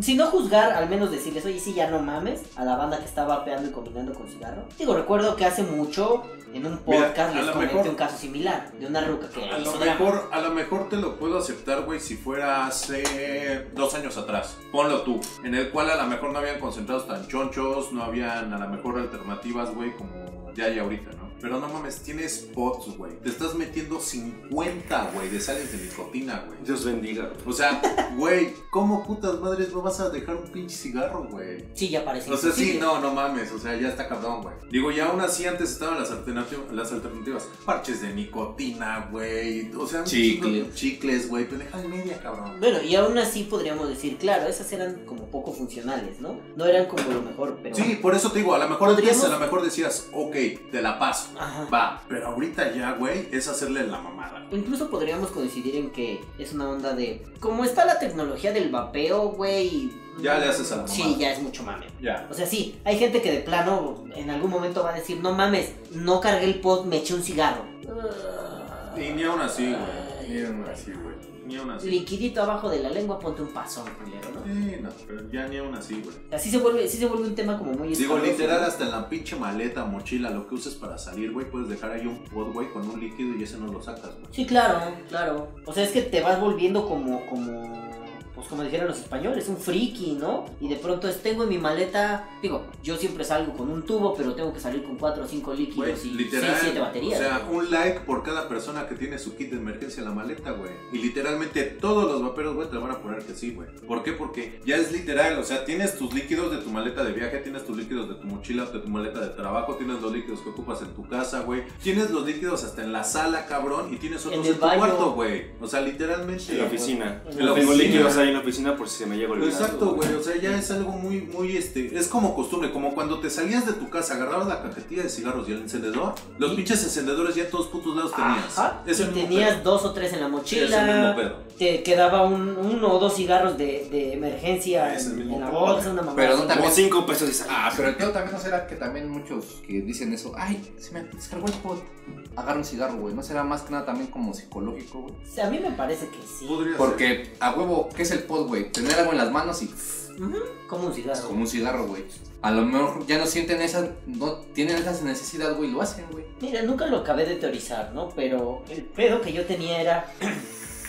Speaker 2: si no juzgar, al menos decirles, oye, sí, ya no mames a la banda que está vapeando y combinando con cigarro? Digo, recuerdo que hace mucho en un
Speaker 1: Mira,
Speaker 2: podcast
Speaker 1: a
Speaker 2: les
Speaker 1: lo
Speaker 2: comenté
Speaker 1: mejor-
Speaker 2: un caso similar de una ruca que
Speaker 1: A lo,
Speaker 2: hizo drama.
Speaker 1: mejor, a lo mejor te lo puedo aceptar, güey, si fuera hace dos años atrás. Ponlo tú. En el cual a lo mejor no habían concentrados tan chonchos, no habían a lo mejor alternativas, güey, como ya hay ahorita, ¿no? Pero no mames, tienes pots, güey. Te estás metiendo 50, güey, de sales de nicotina, güey.
Speaker 4: Dios bendiga. güey.
Speaker 1: O sea, güey, ¿cómo putas madres no vas a dejar un pinche cigarro, güey?
Speaker 2: Sí, ya parece
Speaker 1: O sea, sí,
Speaker 2: imposible.
Speaker 1: no, no mames, o sea, ya está cabrón, güey. Digo, y aún así antes estaban las, alternati- las alternativas. Parches de nicotina, güey. O sea, un
Speaker 3: Chicle.
Speaker 1: chingo de chicles, güey. Pendeja de media, cabrón.
Speaker 2: Bueno, y aún así podríamos decir, claro, esas eran como poco funcionales, ¿no? No eran como lo mejor, pero...
Speaker 1: Sí, por eso te digo, a lo mejor antes,
Speaker 2: ¿Podríamos?
Speaker 1: a lo mejor decías, ok, te la paso.
Speaker 2: Ajá.
Speaker 1: Va, pero ahorita ya, güey, es hacerle la mamada.
Speaker 2: Incluso podríamos coincidir en que es una onda de... Como está la tecnología del vapeo, güey...
Speaker 1: Ya le haces a la
Speaker 2: Sí,
Speaker 1: mamada.
Speaker 2: ya es mucho mame.
Speaker 1: Ya.
Speaker 2: O sea, sí, hay gente que de plano en algún momento va a decir, no mames, no cargué el pot, me eché un cigarro.
Speaker 1: Y ni aún así, güey.
Speaker 2: Ay,
Speaker 3: Ni aún así, güey.
Speaker 1: Ni aún así.
Speaker 2: Liquidito abajo de la lengua, ponte un pasón, culero, ¿no?
Speaker 1: Sí, no, pero ya ni aún así, güey.
Speaker 2: Así se vuelve, sí se vuelve un tema como muy...
Speaker 1: Digo,
Speaker 2: escabroso,
Speaker 1: literal,
Speaker 2: ¿no?
Speaker 1: hasta en la pinche maleta, mochila, lo que uses para salir, güey, puedes dejar ahí un pot, güey, con un líquido y ese no lo sacas, güey.
Speaker 2: Sí, claro, claro. O sea, es que te vas volviendo como, como, pues como dijeron los españoles, un friki, ¿no? Y de pronto es, tengo en mi maleta, digo, yo siempre salgo con un tubo, pero tengo que salir con cuatro o cinco líquidos
Speaker 1: Güey,
Speaker 2: y
Speaker 1: literal,
Speaker 2: seis, siete baterías.
Speaker 1: o sea, un like por cada persona que tiene su kit de emergencia en la maleta, güey. Y literalmente todos los vaperos, güey, te van a poner que sí, güey. ¿Por qué? Porque ya es literal, o sea, tienes tus líquidos de tu maleta de viaje, tienes tus líquidos de tu mochila, de tu maleta de trabajo, tienes los líquidos que ocupas en tu casa, güey. Tienes los líquidos hasta en la sala, cabrón, y tienes otros
Speaker 2: En
Speaker 1: en,
Speaker 2: el
Speaker 1: tu
Speaker 2: baño.
Speaker 1: cuarto, güey. O sea, literalmente.
Speaker 4: En la oficina.
Speaker 2: En
Speaker 1: la
Speaker 4: Tengo
Speaker 1: oficina.
Speaker 4: líquidos ahí en la oficina por si se me llega a olvidar.
Speaker 1: Exacto, güey. O sea, ya es algo muy, muy este. Es como costumbre, como cuando te salías de tu casa, agarrabas la cajetilla de cigarros y el encendedor. Los
Speaker 2: Y-
Speaker 1: pinches encendedores ya en todos putos lados tenías.
Speaker 2: Ajá,
Speaker 1: Es el
Speaker 2: y
Speaker 1: mismo
Speaker 2: tenías
Speaker 1: pedo.
Speaker 2: dos o tres en la
Speaker 1: Es el mismo
Speaker 2: mochila,
Speaker 1: pedo.
Speaker 2: te quedaba un, uno o dos cigarros de, de emergencia
Speaker 1: Es el
Speaker 2: en,
Speaker 1: mismo
Speaker 2: en la
Speaker 1: pedo.
Speaker 2: bolsa, una mamá.
Speaker 3: Pero no
Speaker 2: así.
Speaker 3: te-
Speaker 4: Como 5 pesos y sal.
Speaker 3: Ah, pero el pedo también no será que también muchos que dicen eso, ay, se me descargó el pot, agarra un cigarro, güey. No será más que nada también como psicológico, güey.
Speaker 2: A mí me parece que sí,
Speaker 1: Podría ser.
Speaker 3: Porque a huevo, ¿qué es el pot, güey? Tener algo en las manos y
Speaker 2: como un
Speaker 3: es
Speaker 2: cigarro.
Speaker 3: como un cigarro, güey. A lo mejor ya no sienten esa, no tienen esa necesidad, güey, y lo hacen, güey.
Speaker 2: Mira, nunca lo acabé de teorizar, ¿no? Pero el pedo que yo tenía era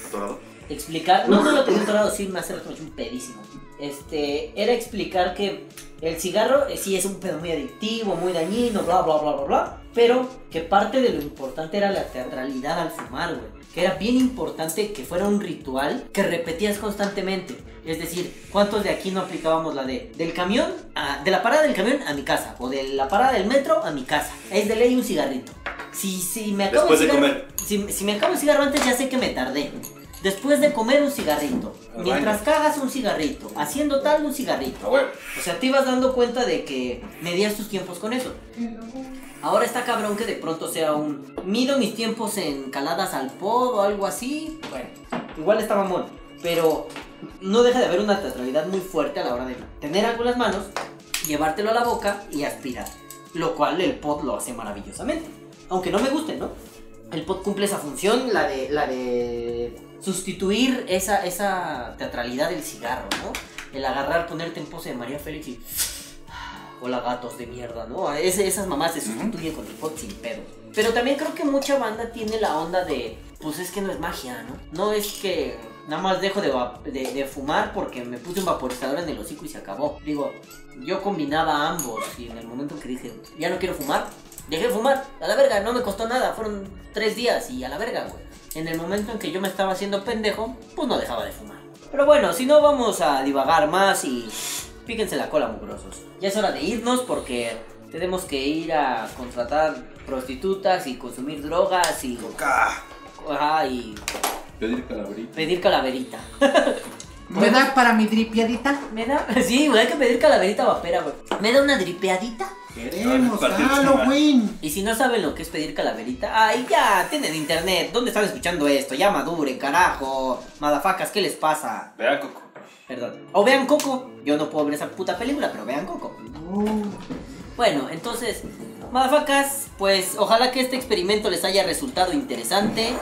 Speaker 4: Atorado.
Speaker 2: explicar. No, no lo tenía entrado, sí, me hace rato me eché un pedísimo. Este, era explicar que el cigarro eh, sí es un pedo muy adictivo, muy dañino, bla, bla, bla, bla, bla. Pero que parte de lo importante era la teatralidad al fumar, güey. Que era bien importante que fuera un ritual que repetías constantemente. Es decir, ¿cuántos de aquí no aplicábamos la de del camión, a- de la parada del camión a mi casa? O de la parada del metro a mi casa. Es de ley un cigarrito. Si, si me acabo
Speaker 4: Después
Speaker 2: el
Speaker 4: de
Speaker 2: cigarro-
Speaker 4: comer.
Speaker 2: Si, si me acabo el cigarro antes ya sé que me tardé. Después de comer un cigarrito.
Speaker 1: Al
Speaker 2: Mientras cagas un cigarrito. Haciendo tal un cigarrito.
Speaker 4: A huevo.
Speaker 2: O sea, te ibas dando cuenta de que medías tus tiempos con eso. Ahora está cabrón que de pronto sea un mido mis tiempos en caladas al pod o algo así. Bueno, igual está mamón, pero no deja de haber una teatralidad muy fuerte a la hora de tener algo en las manos, llevártelo a la boca y aspirar, lo cual el pod lo hace maravillosamente. Aunque no me guste, ¿no? El pod cumple esa función, la de la de sustituir esa esa teatralidad del cigarro, ¿no? El agarrar, ponerte en pose de María Félix y Hola gatos de mierda, ¿no? Es- esas mamás se sustituyen con el pot sin pedo. Pero también creo que mucha banda tiene la onda de, pues es que no es magia, ¿no? No es que nada más dejo de, va- de- de fumar porque me puse un vaporizador en el hocico y se acabó. Digo, yo combinaba ambos y en el momento que dije, ya no quiero fumar, dejé de fumar. A la verga, no me costó nada, fueron tres días y a la verga, güey. En el momento en que yo me estaba haciendo pendejo, pues no dejaba de fumar. Pero bueno, si no vamos a divagar más y Píquense la cola, mugrosos. Ya es hora de irnos porque tenemos que ir a contratar prostitutas y consumir drogas y, ajá, y
Speaker 1: Pedir calaverita.
Speaker 2: pedir calaverita.
Speaker 3: ¿Me das para mi dripiadita?
Speaker 2: ¿Me da? Sí, güey, hay que pedir calaverita vapera, güey. ¿Me da una dripeadita?
Speaker 1: Queremos
Speaker 4: Ahora, partidos
Speaker 1: Halloween.
Speaker 2: Y si no saben lo que es pedir calaverita, ay, ya, tienen internet. ¿Dónde están escuchando esto? Ya maduren, carajo. Madafacas, ¿qué les pasa?
Speaker 4: Vea, Coco.
Speaker 2: Perdón. O vean Coco. Yo no puedo ver esa puta película, pero vean Coco. Bueno, entonces, madafacas, pues ojalá que este experimento les haya resultado interesante.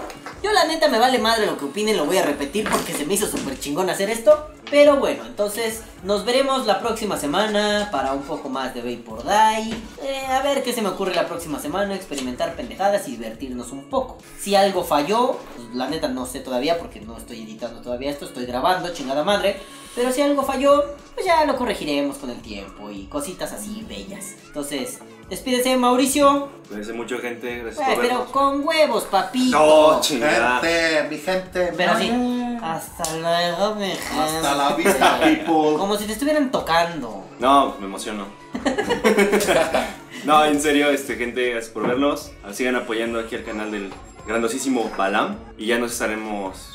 Speaker 2: Yo la neta me vale madre lo que opinen, lo voy a repetir porque se me hizo súper chingón hacer esto. Pero bueno, entonces nos veremos la próxima semana para un poco más de Vapor Die. Eh, a ver qué se me ocurre la próxima semana, experimentar pendejadas y divertirnos un poco. Si algo falló, pues, la neta no sé todavía porque no estoy editando todavía esto, estoy grabando, chingada madre. Pero si algo falló, pues ya lo corregiremos con el tiempo y cositas así bellas. Entonces, despídese Mauricio.
Speaker 4: Cuídense mucho, gente. Gracias
Speaker 2: Eh,
Speaker 4: por
Speaker 2: pero
Speaker 4: vernos.
Speaker 2: con huevos, papito.
Speaker 4: No, chingada.
Speaker 1: mi gente.
Speaker 2: Pero sí. Hasta luego, mi gente.
Speaker 1: Hasta la vista, people.
Speaker 2: Como si te estuvieran tocando.
Speaker 4: No, me emociono. no, en serio, este, gente, gracias por vernos. Sigan apoyando aquí al canal del grandosísimo Balam. Y ya nos estaremos.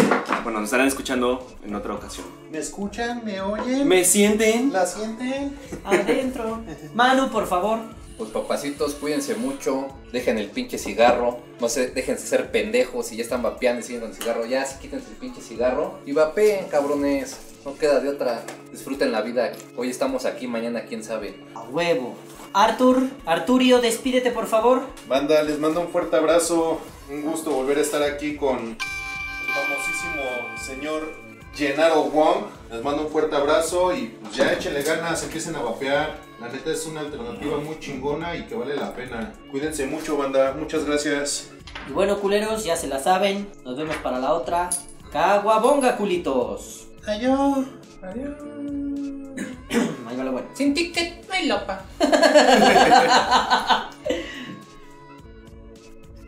Speaker 4: Bueno, nos estarán escuchando en otra ocasión.
Speaker 1: ¿Me escuchan? ¿Me oyen?
Speaker 4: ¿Me sienten?
Speaker 1: ¿La sienten?
Speaker 2: Adentro. Manu, por favor.
Speaker 3: Pues papacitos, cuídense mucho, dejen el pinche cigarro, no sé, déjense ser pendejos, si ya están vapeando y siguen con el cigarro, ya, si quítense el pinche cigarro y vapeen, cabrones, no queda de otra, disfruten la vida, hoy estamos aquí, mañana quién sabe.
Speaker 2: A huevo. Artur, Arturio, despídete, por favor.
Speaker 1: Banda, les mando un fuerte abrazo. Un gusto volver a estar aquí con el famosísimo señor Gennaro Wong. Les mando un fuerte abrazo y pues, ya échenle ganas, empiecen a vapear. La neta es una alternativa muy chingona y que vale la pena. Cuídense mucho, banda. Muchas gracias.
Speaker 2: Y bueno, culeros, ya se la saben. Nos vemos para la otra. Caguabonga, culitos.
Speaker 1: Adiós.
Speaker 2: Ahí va lo bueno.
Speaker 6: Sin ticket no hay lopa.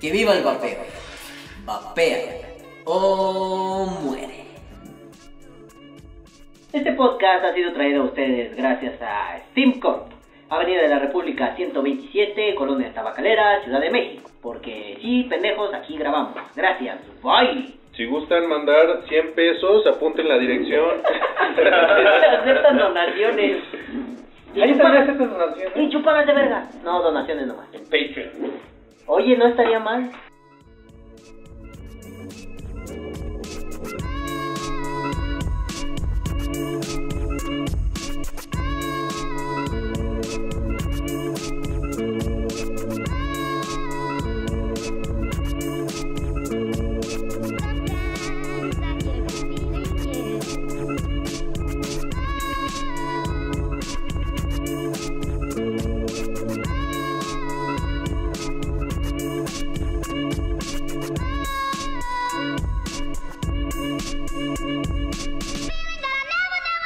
Speaker 2: Que viva el vapeo. Vapea o muere. Este podcast ha sido traído a ustedes gracias a Steam Corp, Avenida de la República 127, Colonia Tabacalera, Ciudad de México. Porque sí, pendejos, aquí grabamos. Gracias. Bye.
Speaker 8: Si gustan mandar 100 pesos, apunten la dirección.
Speaker 2: Aceptan donaciones.
Speaker 8: Ahí también aceptan donaciones.
Speaker 2: Y chupadas de verga. No, donaciones nomás.
Speaker 8: En Patreon.
Speaker 2: Oye, no estaría mal.
Speaker 9: never,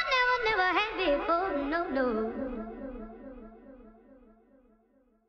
Speaker 9: never, never had before. No, no.